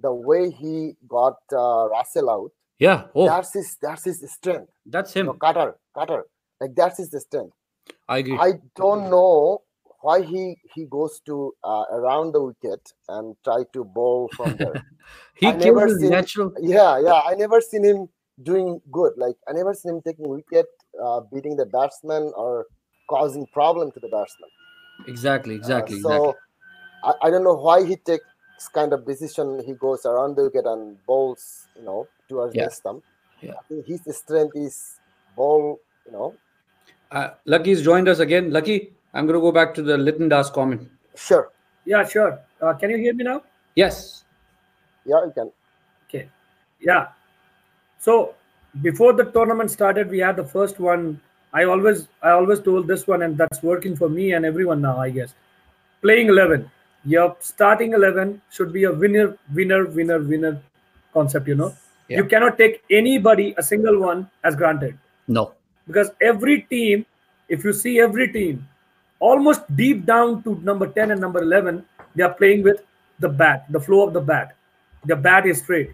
the way he got uh, Russell out,
yeah. Oh, that's,
that's his that's his strength. You know,
him.
cutter, cutter. Like that's his strength.
I agree.
I don't know why he he goes to uh, around the wicket and try to bowl from
<laughs>
there.
he
I
kills
never
his
seen-
natural.
yeah, yeah. I never seen him doing good. Like I never seen him taking wicket, uh, beating the batsman or causing problem to the batsman.
Exactly.
Uh,
Exactly.
so
exactly.
I, I don't know why he takes kind of decision. He goes around the wicket and bowls, you know, towards
Yeah.
the stump.
Yeah.
I think his strength is ball, you know.
Uh, Lucky's joined us again. Lucky, I'm going to go back to the Litton Das comment.
Sure.
Yeah, sure. Uh, can you hear me now?
Yes.
Yeah, you can.
Okay. Yeah. So before the tournament started, we had the first one. I always I always told this one, and that's working for me and everyone now, I guess. Playing eleven. Your starting eleven should be a winner, winner, winner, winner concept, you know.
Yeah.
You cannot take anybody, a single one, as granted.
No.
Because every team, if you see every team, almost deep down to number 10 and number 11, they are playing with the bat, the flow of the bat. The bat is straight.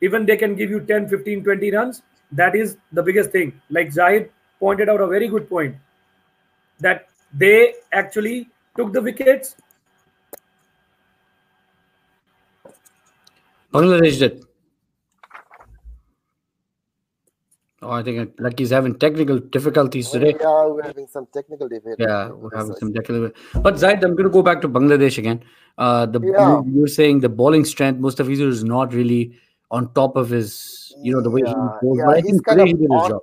Even they can give you 10, 15, 20 runs. That is the biggest thing. Like Zahid pointed out a very good point that they actually took the wickets.
Bangladesh did. Oh, I think Lucky's having technical difficulties today.
Oh, Yeah, we're having some technical difficulties.
Yeah, we're having some technical. But Zaid, I'm going to go back to Bangladesh again. Uh, the
Yeah.
you, are saying the bowling strength, Mustafiz is not really on top of his, you know, the way he
Yeah,
bowls.
yeah,
but I
he's
think
kind
today
of
he did his
on-
job.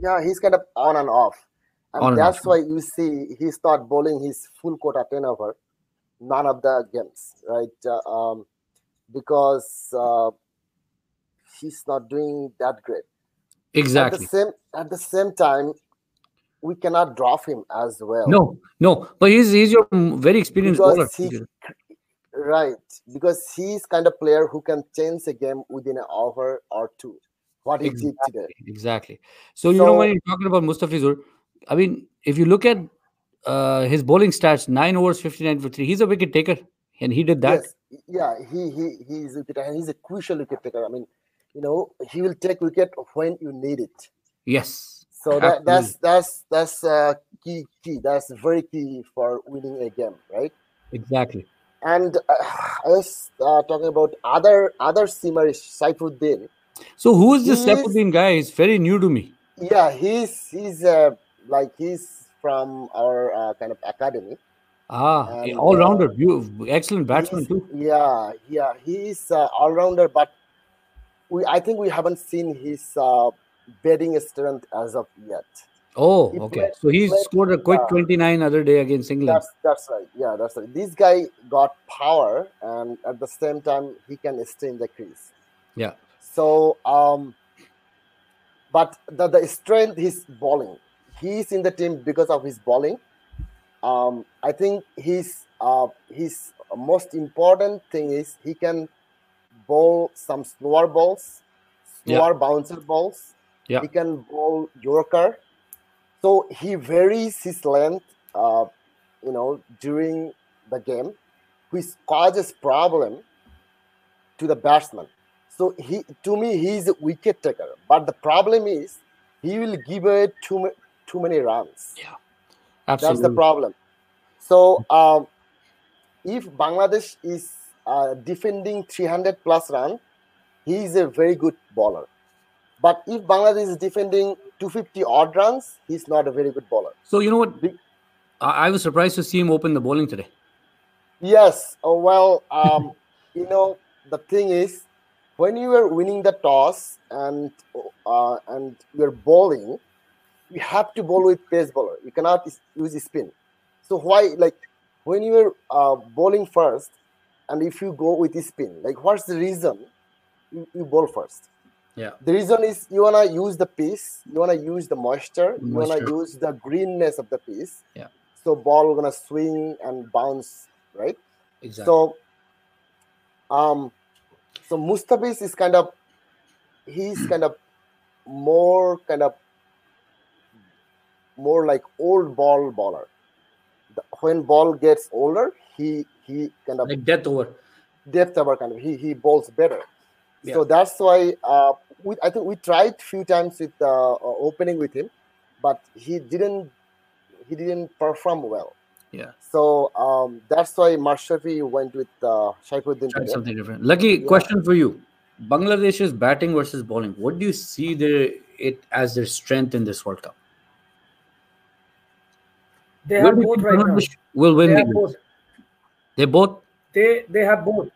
Yeah, he's kind of on and off. And
On and
that's
off.
why you see he's not bowling his full quota 10 over none of the games, right? Uh, um, because uh, he's not doing that great.
Exactly.
At the same at the same time, we cannot drop him as well.
No, no, but he's he's your mm, very experienced bowler.
Because he- Right, because he's kind of player who can change a game within an hour or two. What he did today.
Exactly. So, you know when
So-
you're talking about Mustafizur, I mean, if you look at uh, his bowling stats, nine overs, fifty-nine for three. He's a wicket taker, and he did that.
Yes. Yeah, he he he's wicket and he's a crucial wicket taker. I mean, you know, he will take wicket when you need it.
Yes.
So that, that's that's that's uh, key key. That's very key for winning a game, right?
Exactly.
And uh, <sighs> I was uh, talking about other other seamer Saifuddin.
So who is this
He is-
Saifuddin guy? He's very new to me.
Yeah, he's he's uh, like he's from our uh, kind of academy.
Ah,
And,
all rounder,
uh,
excellent batsman too.
Yeah, yeah, he is uh, all rounder, but we I think we haven't seen his uh, batting strength as of yet.
Oh,
he
okay.
played-
So he
played,
scored a quick
uh,
29 other day against England.
That's that's right. Yeah, that's right. This guy got power, and at the same time, he can stay in the crease.
Yeah.
So, um, but the, the strength is bowling. He's in the team because of his bowling. Um, I think his uh, his most important thing is he can bowl some slower balls,
Yeah.
slower bouncer balls.
Yeah.
He can bowl Yorker. So he varies his length, uh, you know, during the game, which causes problem to the batsman. So he, to me, he's a wicket taker. But the problem is, he will give away too ma- too many runs. That's
Absolutely.
the problem. So um, if Bangladesh is uh, defending 300 plus run, he is a very good bowler. But if Bangladesh is defending 250 odd runs, he's not a very good bowler.
so you know what?
Big-
I, I was surprised to see him open the bowling today.
Yes. Oh, well, um, you know, the thing is, when you are winning the toss and uh, and you're bowling, you have to bowl with pace bowler. You cannot is- use spin. So why, like, when you are uh, bowling first, and if you go with spin, like, what's the reason you, you bowl first?
Yeah.
The reason is you wanna use the piece, you wanna use the moisture, you wanna
Moisture.
use the greenness of the piece.
Yeah.
So ball gonna swing and bounce, right?
Exactly.
So, um, so Mustafiz is kind of
<clears throat>
he's kind of more kind of more like old ball baller. The- When ball gets older, he he kind of
like death over.
depth our kind of he he bowls better.
Yeah.
So that's why uh, we, I think we tried few times with uh, uh, opening with him, but he didn't he didn't perform well.
Yeah.
So um, that's why Marshafi went with uh, Shaifuddin.
Tried
today.
something different. Lucky
Yeah.
question for you. Bangladesh's batting versus bowling. What do you see their it as their strength in this World Cup?
They
Where
have
do you
both
think
right now.
Bangladesh will win
They
the
have
game?
both.
They both
They they have both.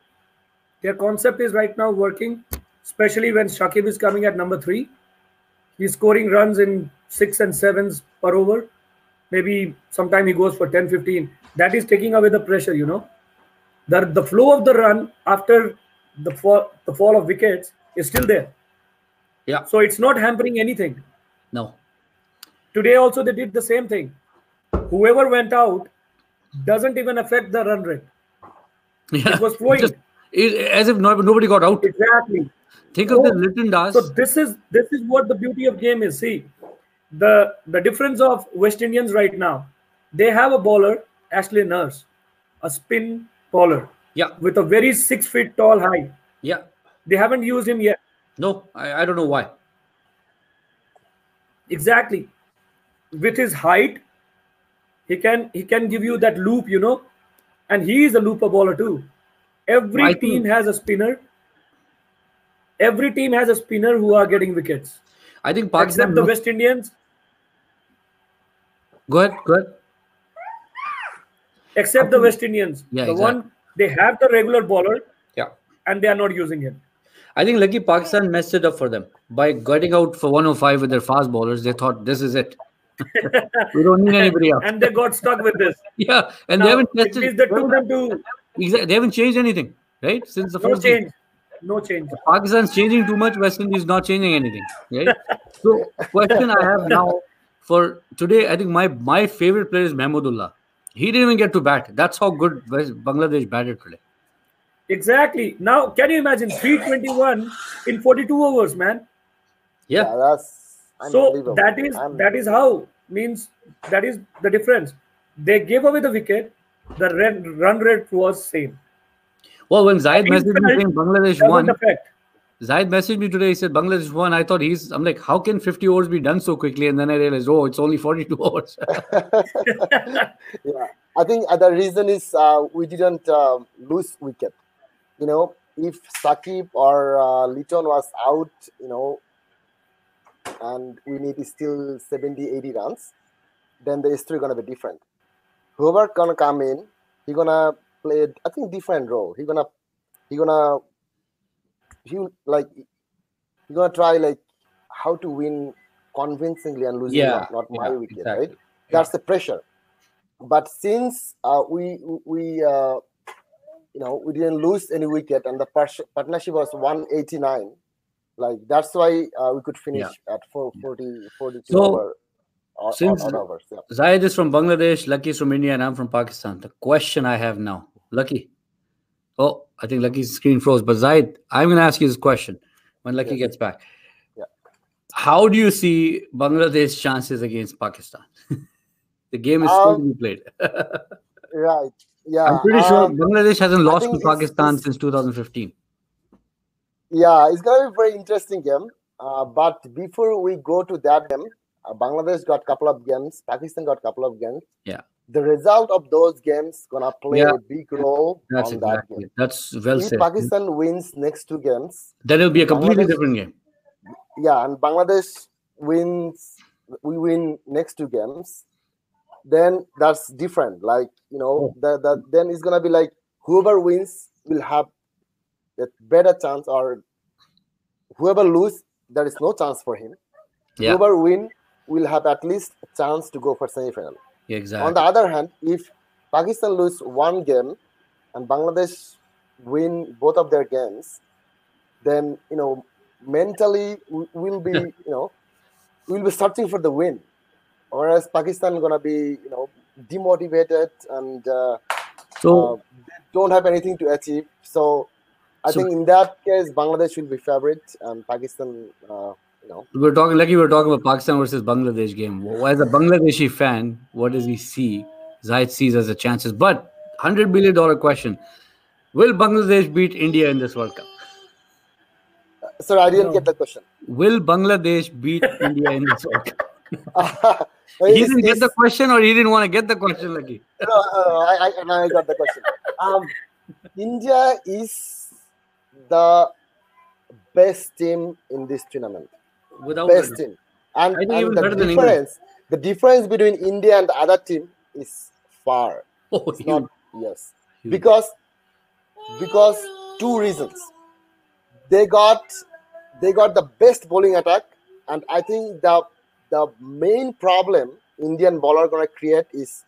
Their concept is right now working, especially when Shakib is coming at number three. He's scoring runs in six and sevens per over. Maybe sometime he goes for 10, 15. That is taking away the pressure, you know. The, the flow of the run after the fall, the fall of wickets is still there.
Yeah.
So it's not hampering anything.
no. <laughs>
Today also they did the same thing. Whoever went out doesn't even affect the run rate.
Yeah.
It was flowing.
Just- it- as if no- nobody got out.
Exactly.
Think of the
So-
Litton Das.
So this is this is what the beauty of game is. See, the the difference of West Indians right now, they have a bowler, Ashley Nurse, a spin bowler
yeah,
with a very six feet tall height.
yeah.
They haven't used him yet.
No, I, I don't know why.
Exactly. With his height, he can he can give you that loop, you know. And he is a looper bowler too. Every
I think-
team has a spinner. Every team has a spinner who are getting wickets.
I think Pakistan.
Except the West Indians,
Go ahead. Go ahead.
except the West Indians.
Yeah,
the
exactly.
one they have the regular bowler
Yeah.
and they are not using him.
I think lucky Pakistan messed it up for them by getting out for 105 with their fast bowlers. They thought this is it. <laughs> we don't need anybody else.
And they got stuck with this.
<laughs> yeah, and
Now,
they haven't
it
tested.
means they took them to
Exactly. They haven't changed anything, right? Since the
no
first game.
change. No change.
Pakistan's changing too much. West Indies not changing anything, right? so, question I have now for today, I think my my favorite player is Mahmudullah. He didn't even get to bat. That's how good West, Bangladesh batted today.
Exactly. Now, can you imagine 321 in 42 overs, man?
Yeah,
Yeah, that's
So
unbelievable.
that is
I'm-
that is how means that is the difference. They gave away the wicket. The run, run rate was same.
Well, when Zaid
In
messaged me
fact,
saying Bangladesh
That was
won,
the fact.
Zaid messaged me today. He said Bangladesh won. I thought he's. I'm like, how can 50 overs be done so quickly? And then I realized, oh, it's only 42 <laughs> overs.
yeah, I think uh, the reason is uh, we didn't um, lose wicket. You know, if Sakib or uh, Litton was out, you know, and we need still 70, 80 runs, then the history gonna be different. Whoever gonna come in, he gonna play I think different role. He gonna he gonna he like he gonna try like how to win convincingly and losing
Yeah,
not, not my
yeah,
wicket,
exactly.
right? that's the pressure but since uh, we we uh, you know we didn't lose any wicket and the par- partnership was 189 like that's why uh, we could finish at 4 40 42
So,
over or,
since-
or, or overs yeah.
Zaid is from Bangladesh, Lucky is from India, and I'm from Pakistan. The question I have now, Lucky. Oh, I think Lucky's screen froze. But Zaid, I'm going to ask you this question when Lucky
Yes.
gets back.
Yeah.
How do you see Bangladesh's chances against Pakistan? <laughs> the game is still to be played. <laughs>
right yeah
I'm pretty sure
um,
Bangladesh hasn't
I
lost
think
to
it's-
Pakistan
it's-
since 2015.
Yeah, it's gonna be a very interesting game. Uh, but before we go to that game, uh, Bangladesh got couple of games, Pakistan got couple of games.
Yeah.
The result of those games gonna play
Yeah.
a big role
That's
on
exactly.
that game.
That's well
if
said.
Pakistan wins next two games,
Then it'll be a completely
Bangladesh-
different game.
yeah, and Bangladesh wins, we win next two games, then that's different. Like you know, that that then it's gonna be like whoever wins will have a better chance, or whoever lose, there is no chance for him.
Yeah.
Whoever win will have at least a chance to go for semifinal.
Yeah,
Uh, On the
exactly.
other hand, if Pakistan lose one game and Bangladesh win both of their games, then you know mentally we- we'll be you know we'll be searching for the win, whereas Pakistan gonna be you know demotivated and uh,
So,
uh, don't have anything to achieve. So I
So-
think in that case Bangladesh will be favorite and Pakistan uh, you know
We We're talking like we were talking about Pakistan versus Bangladesh game. Wh- As a Bangladeshi fan, what does he see? Zaid sees as the chances. But hundred billion dollar question: Will Bangladesh beat India in this World Cup?
sorry I didn't
No.
get the question. <laughs>
Will Bangladesh beat India in this World Cup? He
It's-
didn't get
it's-
the question, or he didn't want to get the question, Lucky.
no, no, no, I, I, now I got the question. Um, India is the best team in this tournament.
Without
Best
it.
team, and,
I think
and
even
the
better than England.
difference, the difference between India and the other team is far.
Oh,
It's
huge,
not yes,
huge.
because because two reasons. They got they got the best bowling attack, and I think the the main problem Indian bowler gonna create is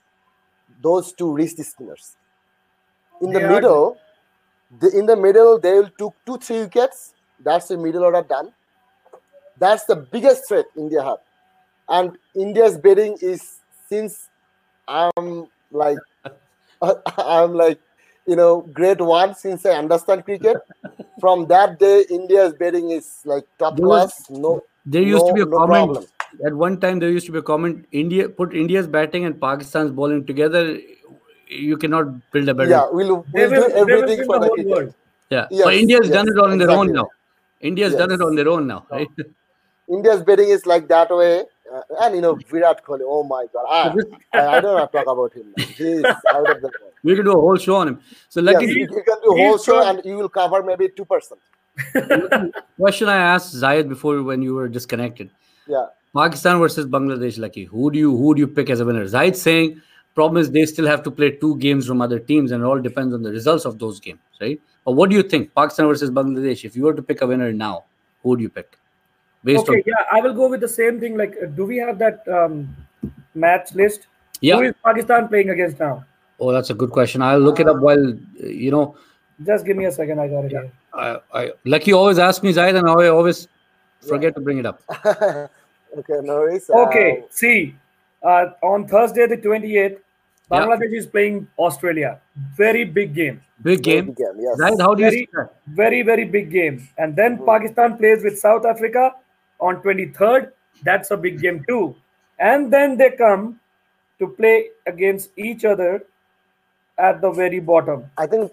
those two wrist spinners. In the
They are-
middle, the, in the middle they will took two three wickets. That's the middle order done. That's the biggest threat India have, and India's batting is since I'm like <laughs> I'm like you know grade one since I understand cricket. From that day, India's batting is like top
There was-
class. No,
there used to
no-
be a
no
comment
problem.
at one time. There used to be a comment: India put India's batting and Pakistan's bowling together. You cannot build a better.
yeah, we'll,
They
we'll do
will, they will
everything
win
for
the
the
whole
cricket.
world.
Yeah, but
Yes,
India's done
yes,
it on their own
exactly.
now. India's done it
Yes.
on their own now, right? <laughs>
India's batting is like that way, uh, and
<laughs>
you know Virat Kohli. Oh my God, I, I, I don't want to talk about him. man. He is
<laughs>
out of the world.
We can do a whole show on him. So
Yes,
lucky,
you you can do
he's
whole show,
good.
and you will cover maybe two percent.
Question I asked Zayed before when you were disconnected.
Yeah.
Pakistan versus Bangladesh, Lucky. Who do you who do you pick as a winner? Zayed saying problem is they still have to play two games from other teams, and it all depends on the results of those games, right? But what do you think, Pakistan versus Bangladesh? If you were to pick a winner now, who would you pick? Based
okay,
on
yeah, I will go with the same thing. Like, uh, do we have that um, match list? Who
yeah.
is Pakistan playing against now?
Oh, that's a good question. I'll look it up while uh, you know.
Just give me a second. I got it. here.
I, I Lucky always asks me Zayed, and I always forget to bring it up.
okay, no worries.
Okay, see, uh, on Thursday the 28th,
Yeah.
Bangladesh is playing Australia. Very big game.
Big game.
Game. game. Yes.
Zayed, how do you
Very-
see that?
Very, very big game. And then
Hmm.
Pakistan plays with South Africa on 23rd. That's a big game too. And then they come to play against each other at the very bottom.
I think.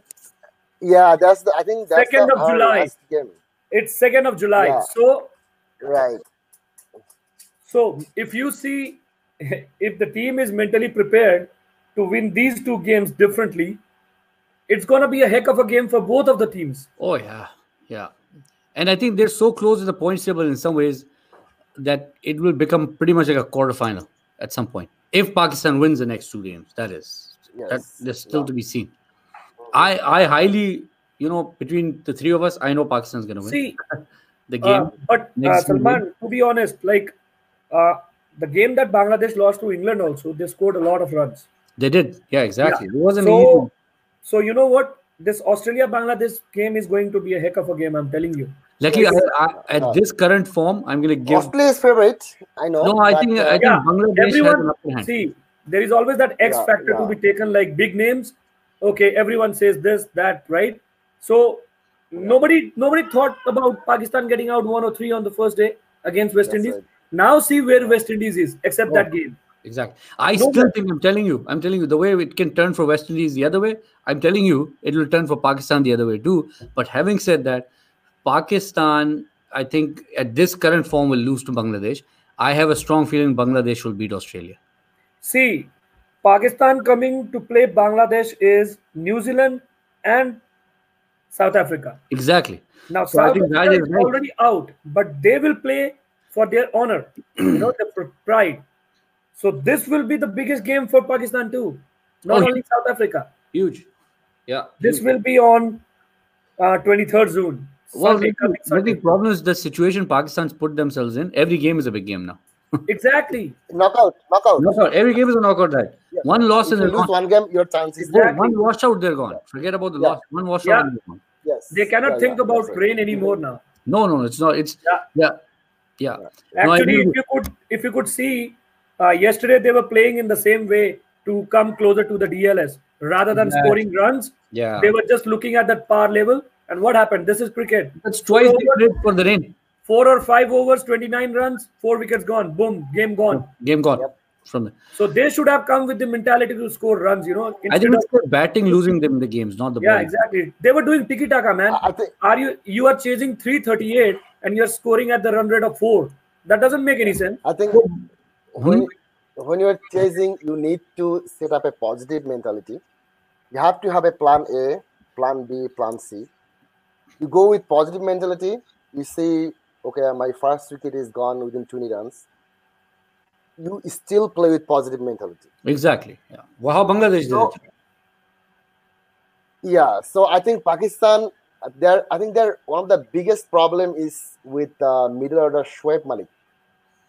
Yeah, that's the. I think that's
Second
the,
of
our
July.
last game.
It's 2nd of July.
Yeah.
So
Right.
So, if you see, <laughs> if the team is mentally prepared to win these two games differently, it's going to be a heck of a game for both of the teams.
Oh yeah, yeah, and I think they're so close in the points table in some ways that it will become pretty much like a quarterfinal at some point if Pakistan wins the next two games. That is, that,
Yes,
that's still
yeah.
to be seen. I, I highly, you know, between the three of us, I know Pakistan's gonna win
See,
the <laughs> game.
uh, but uh,
next
Salman, to be honest, like uh, the game that Bangladesh lost to England, also they scored a lot of runs.
they did, yeah, exactly. It wasn't
So,
easy.
so you know what? This Australia Bangladesh game is going to be a heck of a game. I'm telling you.
Luckily, I, I, at this current form, I'm gonna give.
Australia is favorite. I know.
no, I
but,
think
uh,
I think
yeah,
Bangladesh has an
everyone
upper hand.
see there is always that x
Yeah,
factor to
yeah.
be taken like big names okay everyone says this that right so nobody nobody thought about pakistan getting out one or three on the first day against west
That's
indies
right.
now see where west indies is except
Yeah.
that game
Exactly. I
No,
still
but-
think I'm telling you, I'm telling you, the way it can turn for West Indies the other way, I'm telling you, it will turn for Pakistan the other way too. But having said that, Pakistan, I think at this current form will lose to Bangladesh. I have a strong feeling Bangladesh will beat Australia.
see pakistan coming to play bangladesh is new zealand and south africa
Exactly.
Now,
So I
South
think that
Africa is
is right.
already out, but they will play for their honor, <clears throat> you know, the pr- pride. So this will be the biggest game for Pakistan too, not
Oh,
only South Africa.
Huge. Yeah.
This will be on uh, 23rd June.
well,
Sunday, coming
but the
Sunday.
problem is the situation Pakistan's put themselves in. Every game is a big game now. <laughs>
Exactly.
knockout, knockout.
Knockout. Every game is a knockout, right?
Yeah.
One loss
if
and
you
they're
lose
gone.
one game, your chance
Oh,
is
Exactly.
One washout, they're gone. Forget about the
Yeah.
loss. One washout,
Yeah.
and they're gone.
yes.
They cannot
Yeah,
think
yeah,
about
that's right.
rain anymore now.
No, no, it's not. It's
Yeah.
yeah, yeah. No, I
Actually,
agree
if you could, if you could see, uh, yesterday they were playing in the same way to come closer to the DLS rather than
Yeah.
scoring runs.
Yeah,
They were just looking at that par level. And what happened? This is cricket.
that's twice
Four
they played for the rain.
four or five overs, 29 runs, four wickets gone, boom, game gone.
Game gone
Yep.
from. The,
So they should have come with the mentality to score runs, you know.
I think
instead
it's
of,
the batting losing them the games, not the
yeah,
ball.
exactly. They were doing tiki taka, man.
I I think
Are you you are chasing 338 and you're scoring at the run rate of four? That doesn't make any sense.
I think when, when you're chasing, you need to set up a positive mentality. You have to have a plan A, plan B, plan C. You go with positive mentality. You say, okay, my first wicket is gone within 20 runs. You still play with positive mentality.
Exactly. Yeah. Well, how Bangladesh did
So-
it?
Yeah, so I think Pakistan, they're, I think they're one of the biggest problem is with uh, middle order Shoaib Malik.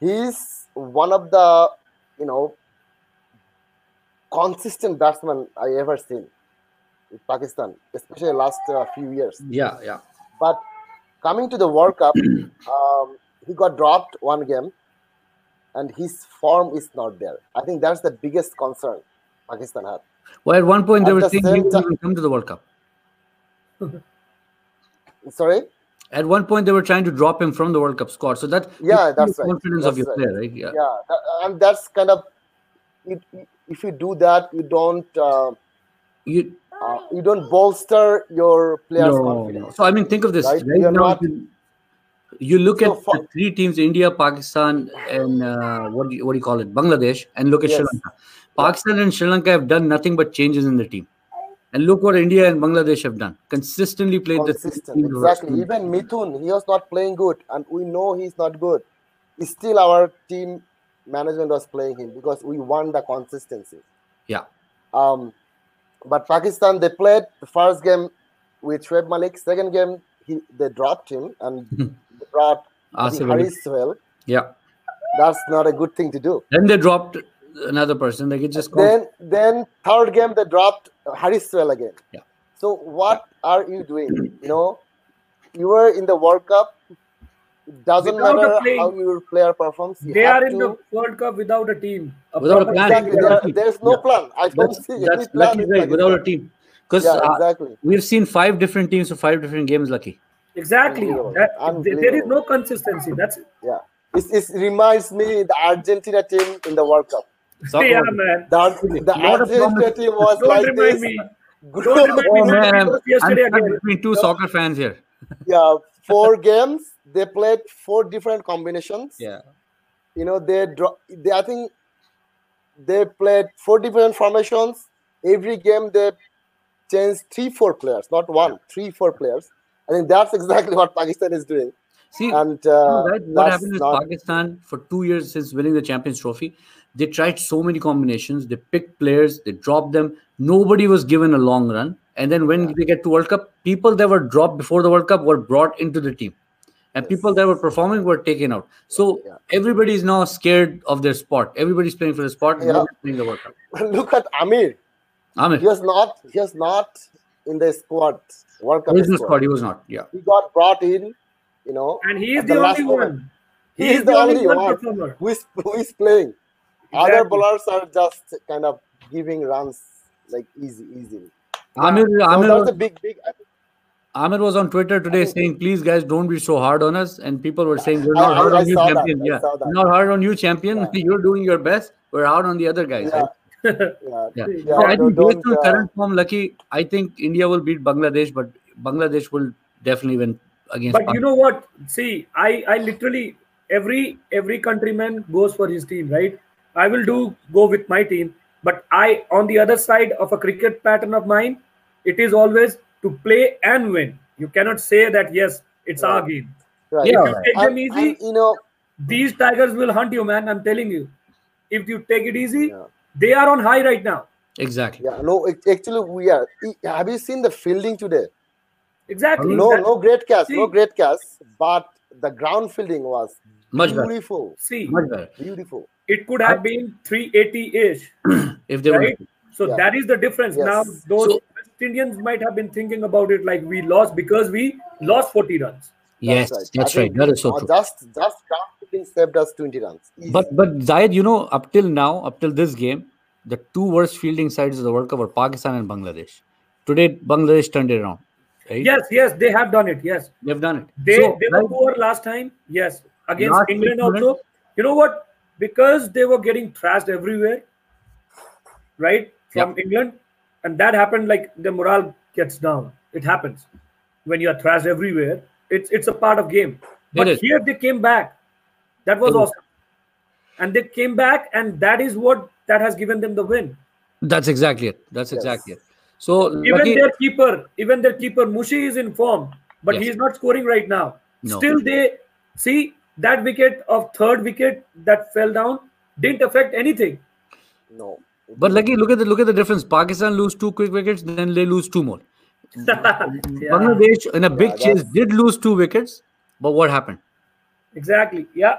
He's one of the, you know, consistent batsmen I ever seen with Pakistan, especially last uh, few years.
Yeah, yeah.
But coming to the World Cup, um, he got dropped one game, and his form is not there. I think that's the biggest concern Pakistan had.
Well, at one point they
At
were
the
saying
same
he wouldn't
time-
even come to the World Cup.
Sorry.
At one point they were trying to drop him from the World Cup squad. So that
Yeah,
you
that's
see the
right.
confidence of
That's
your
right.
player, right? Yeah.
yeah tha- and that's kind of it, if you do that you don't uh,
You,
uh, you don't bolster your players
no,
confidence
So I mean, think of this.
Right?
Right,
You're
now,
not-
you- you look
So
at
for-
the three teams: India, Pakistan, and uh, what do you, what do you call it, Bangladesh, and look at Sri
Yes.
Lanka. Pakistan and Sri Lanka have done nothing but changes in the team. And look what India and Bangladesh have done. Consistently played
Consistent.
the
Exactly. Even Mithun, he was not playing good, and we know he's not good. It's still our team management was playing him because we want the consistency.
Yeah.
Um, but Pakistan, they played the first game with Shoaib Malik. Second game, he they dropped him
<laughs>
and they brought I think,
Asif Ali.
Haris Suhail.
Yeah.
That's not a good thing to do.
Then they dropped another person. Like it just goes.
Then, then third game they dropped Haris Suhail again.
Yeah.
So what are you doing? You know, you were in the World Cup. It doesn't
Without a
matter
play.
how your player performs. You
They
have
are in
to-
the World Cup without a team. A
Without a
proper
plan.
Exactly.
team.
There,
Lucky.
there's no
Yeah.
plan. I don't
That's,
see any
that's
plan.
lucky
in
guys without a
Pakistan.
team. Because
Yeah, exactly.
we've seen five different teams for five different games. Lucky.
Exactly.
Unbelievable.
That- th- there is
Unbelievable.
no consistency. That's
Yeah. It, it reminds me the Argentina team in the World Cup.
Stop
<laughs> yeah,
worrying.
man.
The, the
Lot of
Argentina
promise.
team was
Don't
like
remind
this. <laughs>
me.
Group
Don't remind me.
Oh,
of-
man, I'm,
Yesterday
I'm stuck
again.
between two soccer fans here.
yeah, four games. They played four different combinations.
Yeah.
You know, they draw. They, I think they played four different formations. Every game they changed three, four players, not one, three, four players. I think that's <laughs> exactly what Pakistan is doing.
See,
And uh,
right, what
that's
happened is
not
Pakistan for two years since winning the Champions Trophy, they tried so many combinations. They picked players, they dropped them. Nobody was given a long run. And then when they get to World Cup, people that were dropped before the World Cup were brought into the team, and
Yes.
people that were performing were taken out. So
Yeah.
everybody is now scared of their spot. Everybody's playing for the spot.
Yeah.
Yeah. Playing the World Cup.
<laughs> look at Amir.
Amir,
He was not. He was not in the squad. World Cup
there is no
squad.
spot. He was not. Yeah.
He got brought in. You know,
And he is
At
the,
the last
only
moment.
one.
He is the only one.
performer.
who is who is playing. Other
Exactly.
bowlers are just kind of giving runs like easy, easily.
Amir,
So
Amir,
that's a big, big.
Amir was on Twitter today
Oh.
saying, "Please, guys, don't be so hard on us." And people were saying, "We're
I-
not
I-
hard
I
on you,
saw that.
champion.
I
Yeah,
saw that.
we're not hard on you, champion.
Yeah.
<laughs> You're doing your best. We're out on the other guys."
Yeah,
right?
yeah,
Yeah.
Yeah,
So I
no,
think based
don't,
on
uh,
current form, lucky, I think India will beat Bangladesh, but Bangladesh will definitely win against.
But you know what? See, I, I literally every every countryman goes for his team, right? I will do go with my team, but I on the other side of a cricket pattern of mine, it is always to play and win. You cannot say that yes, it's our game.
right.
Yeah.
If you take them
And,
easy,
and, you know,
these tigers will hunt you, man. I'm telling you. If you take it easy,
yeah,
they are on high right now.
exactly.
yeah, no, it, actually, we are. e, Have you seen the fielding today?
Exactly.
No,
That-
no great cast, no
See.
great cast, but the ground fielding was
Much better.
beautiful,
See,
Much better.
beautiful.
it could have been 380-ish.
If they
Right?
were
So
Yeah.
that is the difference.
Yes.
Now those
So-
West Indians might have been thinking about it like we lost because we lost 40 runs.
yes,
I
that's right.
think,
That is so
uh,
true.
Just, just ground fielding saved us 20 runs. Easy.
But but Zayed, you know, up till now, up till this game, the two worst fielding sides of the World Cup were Pakistan and Bangladesh. Today, Bangladesh turned it around. Right?
Yes, yes, they have done it. Yes.
they've done it.
They
So,
they
right,
were poor last time. Yes. Against
Last
England
six
also. You know what? Because they were getting thrashed everywhere, right? From England. And that happened like the morale gets down. It happens when you are thrashed everywhere. It's it's a part of game. But
is.
here they came back. That was
It is.
awesome. And they came back, and that is what that has given them the win.
That's exactly it. That's
Yes.
exactly it. So
Even
lucky,
their keeper, even their keeper Mushi is in form, but
Yes.
he is not scoring right now.
No.
Still, they see that wicket of third wicket that fell down didn't affect anything.
no.
but lucky, look at the look at the difference. Pakistan lose two quick wickets, then they lose two more. Mm.
<laughs> yeah,
Bangladesh in a big
Yeah,
chase
that's-
did lose two wickets, but what happened?
exactly. Yeah,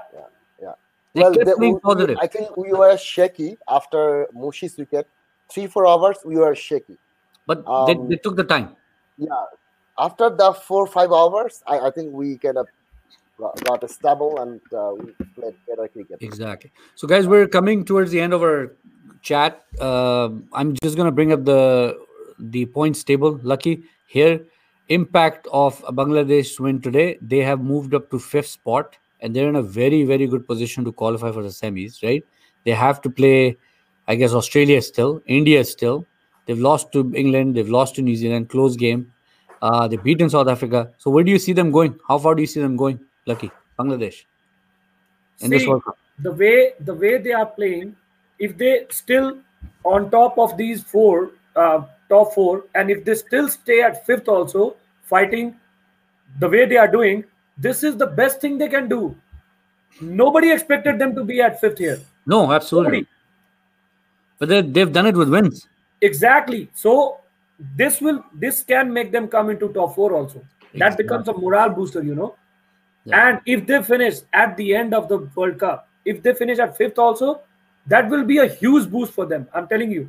They
well,
kept
the-
playing
we-
positive.
I think we were shaky after Mushi's wicket. Three, four hours, we were shaky.
but they,
um,
they took the time.
Yeah. After the four, five hours, I, I think we kind of got, got a stable and uh, we played better cricket.
Exactly. So, guys, we're coming towards the end of our chat. Um I'm just gonna bring up the the points table. Lucky here, impact of Bangladesh win today. They have moved up to fifth spot, and they're in a very very good position to qualify for the semis. Right? They have to play, I guess, Australia still, India still. They've lost to England. They've lost to New Zealand. Close game. Uh, they beaten South Africa. So, where do you see them going? How far do you see them going? Lucky Bangladesh in this
See,
World Cup.
the way the way they are playing, if they still on top of these four, uh, top four, and if they still stay at fifth, also fighting the way they are doing, this is the best thing they can do. Nobody expected them to be at fifth here.
No, absolutely.
Nobody.
But they, they've done it with wins.
Exactly. So this will this can make them come into top four also. That
Exactly.
becomes a morale booster, you know.
Yeah.
And if they finish at the end of the World Cup, if they finish at fifth also, that will be a huge boost for them. I'm telling you.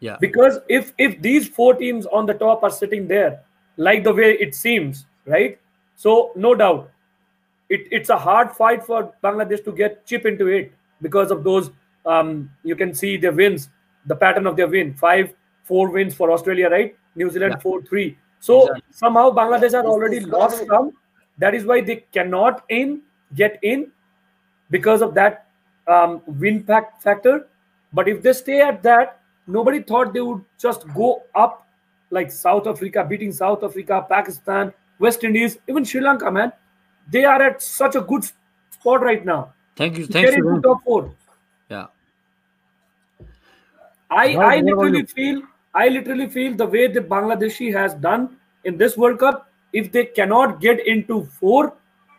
Yeah.
Because if if these four teams on the top are sitting there, like the way it seems, right? So no doubt, it, it's a hard fight for Bangladesh to get chip into it because of those. Um, you can see their wins, the pattern of their win: five, four wins for Australia, right? New Zealand
Yeah.
four, three. So
Exactly.
somehow Bangladesh are
It's-
already
it's
lost
gotta be-
some. That is why they cannot in get in because of that um, win pack factor. But if they stay at that, nobody thought they would just go up like South Africa, beating South Africa, Pakistan, West Indies, even Sri Lanka, man. They are at such a good spot right now.
Thank you.
They're
Thanks
in
for
the
that.
top four.
Yeah. What-
I, I
what about
literally
you?
feel I literally feel the way the Bangladeshi has done in this World Cup, if they cannot get into four,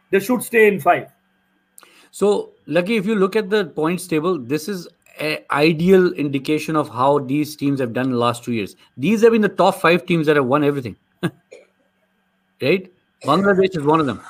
they should stay in five.
So, Lucky, if you look at the points table, this is an ideal indication of how these teams have done in the last two years. These have been the top five teams that have won everything. <laughs> right? Bangladesh is one of them.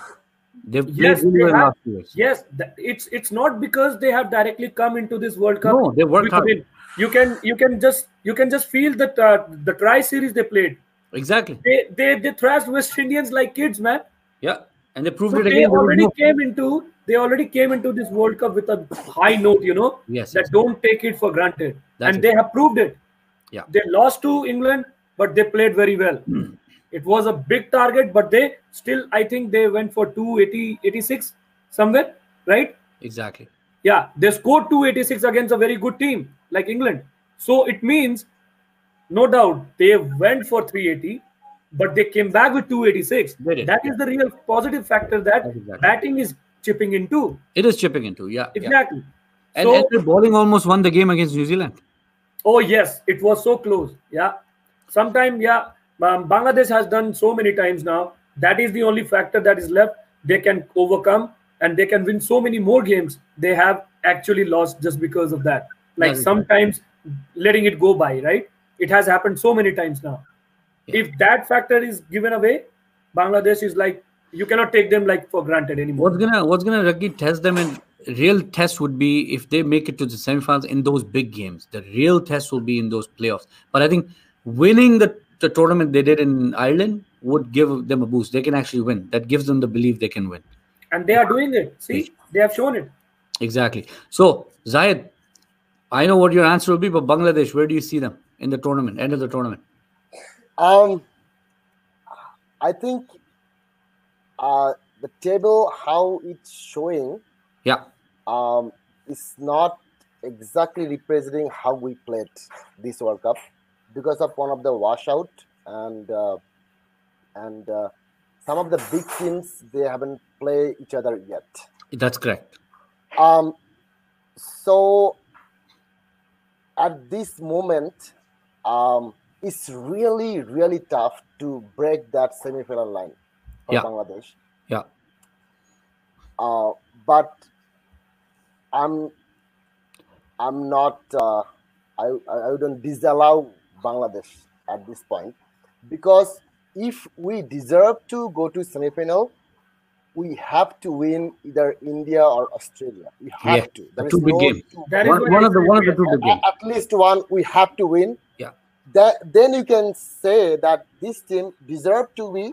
They've
Yes,
played really
they
well in the
have.
last two years.
Yes, th- it's it's not because they have directly come into this World Cup.
No, they worked
with a
hard.
win. You can you can just you can just feel that uh, the try series they played.
Exactly.
They they they thrashed West Indians like kids, man.
Yeah. And they proved
So
it again.
they
They were
already
no-
came into they already came into this World Cup with a high note, you know.
Yes,
That
yes.
don't take it for granted,
That's
and
it.
they have proved it.
Yeah. Hmm.
They lost to England, but they played very well. It was a big target, but they still, I think they went for 280, 86 somewhere, right?
Exactly.
Yeah, they scored 286 against a very good team like England. So it means, no doubt, they went for 380, but they came back with 286.
They did,
That is the real positive factor that
That's exactly.
batting is chipping into.
It is chipping into. Yeah. yeah.
Exactly.
And,
So,
and their bowling almost won the game against New Zealand.
oh yes, it was so close. Yeah. Sometime, yeah, um, Bangladesh has done so many times now. That is the only factor that is left. They can overcome and they can win so many more games. They have actually lost just because of that. Like
That is
sometimes letting it go by, right? It has happened so many times now.
Yeah.
If that factor is given away, Bangladesh is like you cannot take them like for granted anymore.
What's gonna what's gonna really test them and real test would be if they make it to the semifinals in those big games. The real test will be in those playoffs. But I think winning the, the tournament they did in Ireland would give them a boost. They can actually win. That gives them the belief they can win.
and they are doing it. See, they have shown it.
Exactly. So Zayed, I know what your answer will be, but Bangladesh, where do you see them in the tournament? End of the tournament.
Um, I think uh, the table how it's showing
Yeah.
um, is not exactly representing how we played this World Cup because of one of the washout and uh, and uh, some of the big teams they haven't played each other yet.
That's correct.
Um, so at this moment, um, it's really really tough to break that semi-final line for
Yeah.
Bangladesh.
Yeah.
Uh, but I'm I'm not uh, I I I wouldn't disallow Bangladesh at this point because if we deserve to go to semifinal, we have to win either India or Australia. We have
Yeah,
to.
two big games.
two-
That is
One,
what
one
I
of the
said,
one of the
yeah.
two big games.
a- at least one we have to win.
Yeah.
That then you can say that this team deserve to be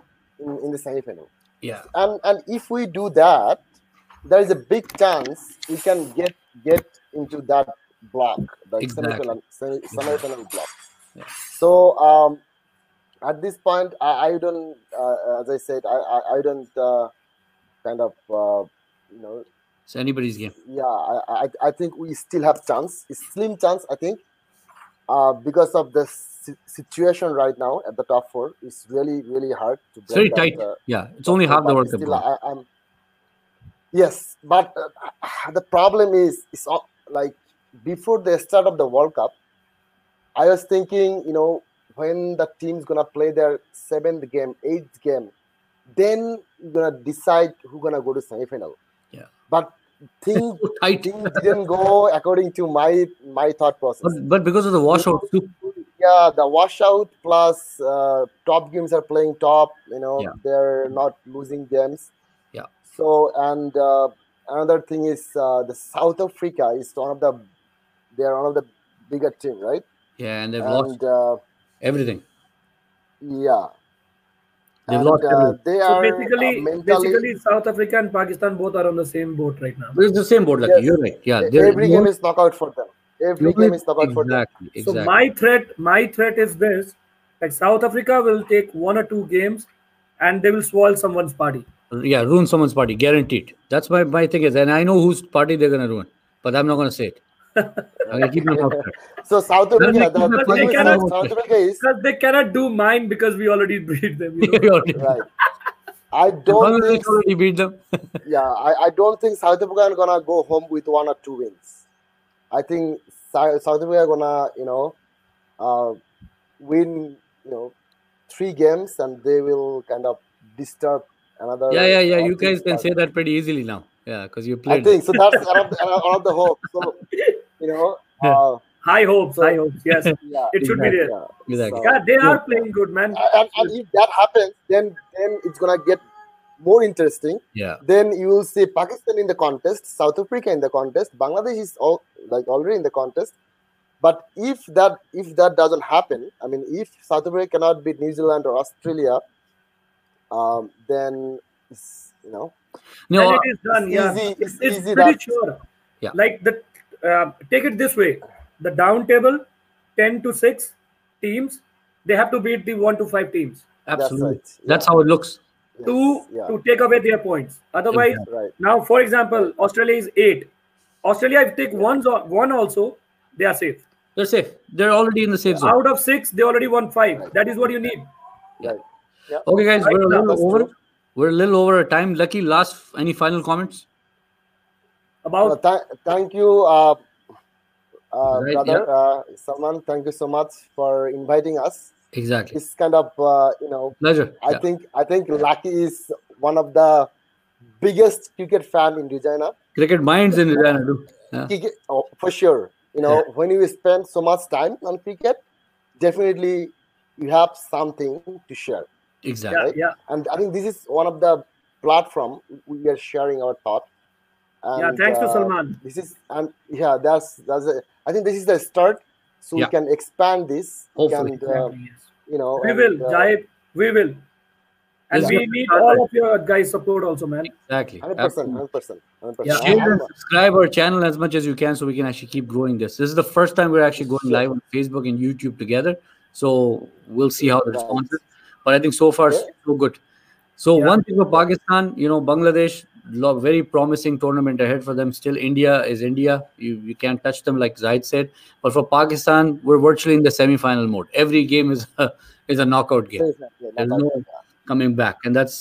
in, in the semifinal
Yeah.
and and if we do that there is a big chance we can get get into that block the
Exactly.
semifinal semi- semifinal block
Yeah.
so um at this point i, I don't uh, as i said i i, I don't uh, kind of uh, you know
It's anybody's game.
yeah I, I i think we still have chance it's slim chance i think uh because of the si- situation right now at the top four it's really really hard to
It's very
break that,
tight.
uh,
Yeah. It's only half the
but
World Cup.
still,
gone.
I, I'm, yes, but uh, the problem is, it's all, like before the start of the World Cup, I was thinking, you know, when the team's gonna play their seventh game, eighth game, then you're gonna decide who's gonna go to semifinal.
Yeah.
But
<laughs>
thing,
So tight.
thing didn't go according to my my thought process.
But, but because of the washout, too,
Yeah, the washout plus uh, top games are playing top. You know,
Yeah.
they're not losing games.
Yeah.
So and uh, another thing is uh, the South Africa is one of the they are one of the bigger team, right?
yeah, and they've lost
and uh,
everything.
yeah,
They've
and,
lost
uh,
everything.
they
So
are
basically,
uh, mentally
basically, South Africa and Pakistan both are on the same boat right now.
It's the same board, like
Yes.
you're right. Yeah, they're-
e-, every game is knockout for them. Every game is knockout for them.
exactly, exactly.
So my threat, my threat is this: like South Africa will take one or two games, and they will spoil someone's party.
yeah, ruin someone's party, guaranteed. That's my my thing is, and I know whose party they're gonna ruin, but I'm not gonna say
<laughs>
it. I keep my mouth shut. <laughs>
So South
They're
Africa,
making the
the thing is
Pakistan
that
also.
South Africa is
Because they cannot do mine because we already <laughs> beat them. You know?
You already-
right. I don't
Bangladesh
think
already beat them.
yeah, I, I don't think South Africa are gonna go home with one or two wins. I think Sou- South Africa are gonna, you know, uh, win, you know, three games and they will kind of disturb another.
Yeah, yeah, yeah. You
opposing
guys can say
side.
that pretty easily now. Yeah, because you
I
played.
think so. That's one of the, one of the hope. So
<laughs>
you know, uh,
High hopes, high hopes. Yes,
yeah,
it should be
Exactly.
there.
yeah.
Exactly.
Yeah, they are playing good, man.
And, and if that happens, then then it's gonna get more interesting.
Yeah,
then you will see Pakistan in the contest, South Africa in the contest, Bangladesh is all like already in the contest. But if that if that doesn't happen, I mean, if South Africa cannot beat New Zealand or Australia, um, then it's, you know
no,
and it is done.
it's
yeah,
easy-
it's,
it's
it's
easy
pretty
that-
sure.
Yeah.
Like the uh, take it this way: the down table, ten to six teams, they have to beat the one to five teams
absolutely.
that's right.
That's
Yeah.
how it looks.
Yes.
to
yeah,
to take away their points. Otherwise,
right.
now for example, Australia is eight. Australia, if take one one also, they are safe.
They're safe. They're already in the safe zone.
Out of six, they already won five. That is what you need.
Okay, guys,
Right
we're a
now,
little
that's
over.
true.
We're a little over time. Lucky, last any final comments?
Uh,
About
tha- thank you, uh, uh,
Right,
brother uh, Salman. Thank you so much for inviting us.
Exactly.
It's kind of uh, you know
Pleasure.
I
Yeah.
think I think Lucky is one of the biggest cricket fan in Regina.
Cricket minds in Iran. I do. Yeah.
Cricket, oh, for sure. You know, when you spend so much time on cricket, definitely you have something to share.
Exactly.
yeah,
right?
yeah,
And I think this is one of the platform we are sharing our thought.
yeah.
And,
Thanks to
uh,
Salman.
This is and yeah, that's that's. A, I think this is the start, so
Yeah.
we can expand this. We
Hopefully.
can, uh,
Exactly, yes.
you know,
We
and,
will,
uh,
Jai. We will. And
Yeah.
we need all of your guys' support also, man.
Exactly.
100%,
Absolutely.
100%, 100%.
Yeah.
I'm-
Share and
I'm-
subscribe our channel as much as you can so we can actually keep growing this. This is the first time we're actually going
Sure.
live on Facebook and YouTube together. So we'll see how the
Right.
response is. But I think so far
Yeah.
so good. So
Yeah.
one thing for Pakistan, you know, Bangladesh, lo- very promising tournament ahead for them. Still, India is India. You you can't touch them like Zaid said. But for Pakistan, we're virtually in the semi-final mode. Every game is a, is a knockout game. There's no coming back, and that's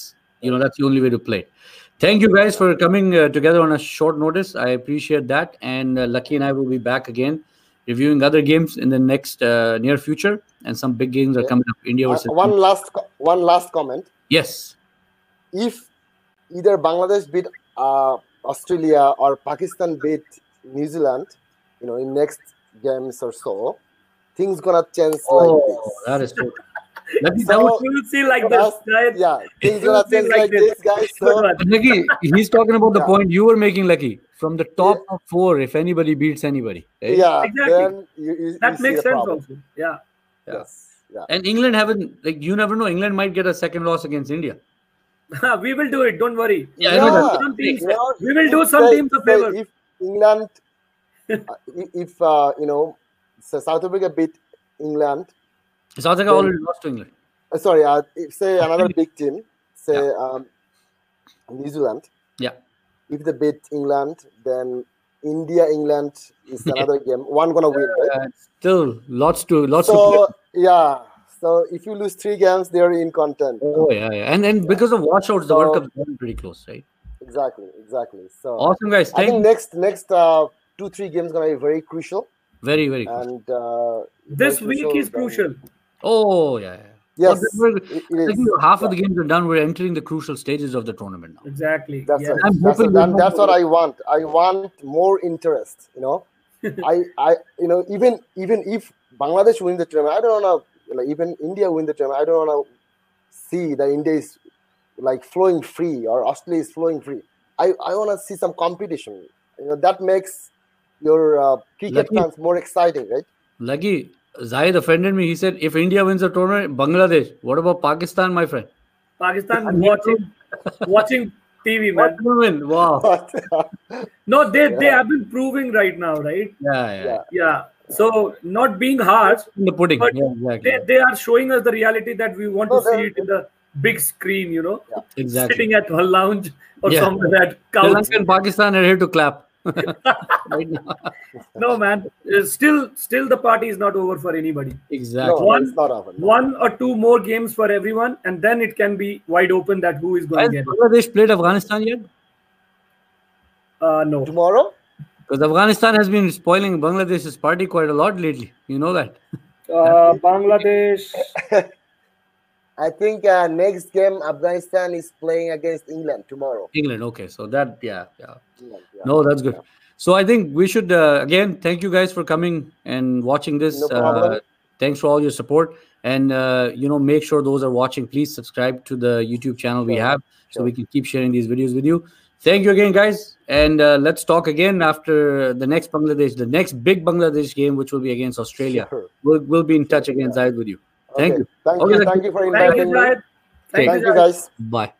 you know that's the only way to play. it. Thank you guys for coming uh, together on a short notice. I appreciate that, and uh, Lucky and I will be back again reviewing other games in the next uh, near future, and some big games are
Yeah.
coming up. India
Uh,
versus
one last co- one last comment.
yes,
If either Bangladesh beat uh, Australia or Pakistan beat New Zealand, you know, in next games or so, things gonna change like
oh,
this.
that is so. Lucky, that
So-
was,
You will see like
So
this,
that's-
Jai.
Yeah, things
You
gonna
will see
change like, this, guys.
Good
So,
one.
Lucky, he's talking about the
Yeah.
point you were making, Lucky. From the top of four, if anybody beats anybody, right?
yeah,
Exactly.
then you, you, you
That
see
makes
a
sense
problem.
also. Yeah. <laughs>
Yeah.
Yes. Yeah.
And England haven't like you never know. England might get a second loss against India.
we will do it. Don't worry.
Yeah,
We will
Yeah.
do some teams-
You know,
We will do
if
some
they-
teams a
if they-
favor.
If England,
<laughs>
uh, i- if uh, you know, so South Africa beat England,
South Africa
Then-
already lost to England.
Uh, sorry, uh, if, say
Oh,
another big team, say um, New Zealand.
Yeah.
If they beat England, then India England is another game. One gonna win, right?
Uh, still, lots to lots to play.
so yeah, so if you lose three games, they're in content.
Oh yeah, yeah. And then because of washouts, the World
So-
Cup's getting pretty close, right?
Exactly, exactly. So
Awesome guys,
I think
thank
next next uh, two three games gonna be very crucial.
Very, very crucial.
and uh,
This
making
week
sure
is
that-
crucial.
Oh, yeah. yeah.
Yes,
we're-
it- it
Like,
is.
half of the games are done. We're entering the crucial stages of the tournament now.
Exactly.
That's
yes.
right.
I'm
that's,
hoping
what-
we
and that's what
don't-
I want. I want more interest. You
<laughs>
know, I, I, you know, even even if Bangladesh win the tournament, I don't wanna. Like, even India win the tournament, I don't wanna see that India is like flowing free or Australia is flowing free. I, I wanna see some competition. You know, that makes your uh, cricket
Let me-
fans more exciting, right? <laughs>
Lucky Zahid offended me. He said, if India wins the tournament, Bangladesh. What about Pakistan, my friend?
Pakistan watching watching TV,
What
man.
tournament? Wow.
But uh,
No, they they
Yeah.
have been proving right now, right?
Yeah, yeah.
Yeah.
Yeah. So not being harsh,
In the pudding.
But
yeah, exactly.
they, they are showing us the reality that we want to
No,
see
they're-
it in the big screen, you know,
exactly.
sitting at a lounge or
Yeah.
somewhere at
Sri
couch.
Lanka and Pakistan are here to clap. <laughs> right now.
No, man. Uh, Still, still the party is not over for anybody.
Exactly.
no,
One-
it's not over.
One or two more games for everyone, and then it can be wide open that who is going
Has
to get. it.
Bangladesh played Afghanistan yet?
Uh, no.
Tomorrow,
Because Afghanistan has been spoiling Bangladesh's party quite a lot lately. You know that. <laughs>
Uh, Bangladesh.
I think uh, next game Afghanistan is playing against England tomorrow.
England. Okay. So that, yeah, yeah.
England, yeah.
No, that's good. So I think we should uh, again thank you guys for coming and watching this.
No problem.
uh, thanks for all your support, and uh, you know make sure those are watching. Please subscribe to the YouTube channel we
Sure,
have so
sure.
we can keep sharing these videos with you. Thank you again, guys, and uh, let's talk again after the next Bangladesh, the next big Bangladesh game, which will be against Australia.
Sure.
We'll, we'll be in touch again, Zaid, with you. Thank
Okay.
you.
Thank
Okay,
you.
thank
Thank you for
Thank you,
inviting me.
Zahid.
Thank
Thank you, guys.
Bye.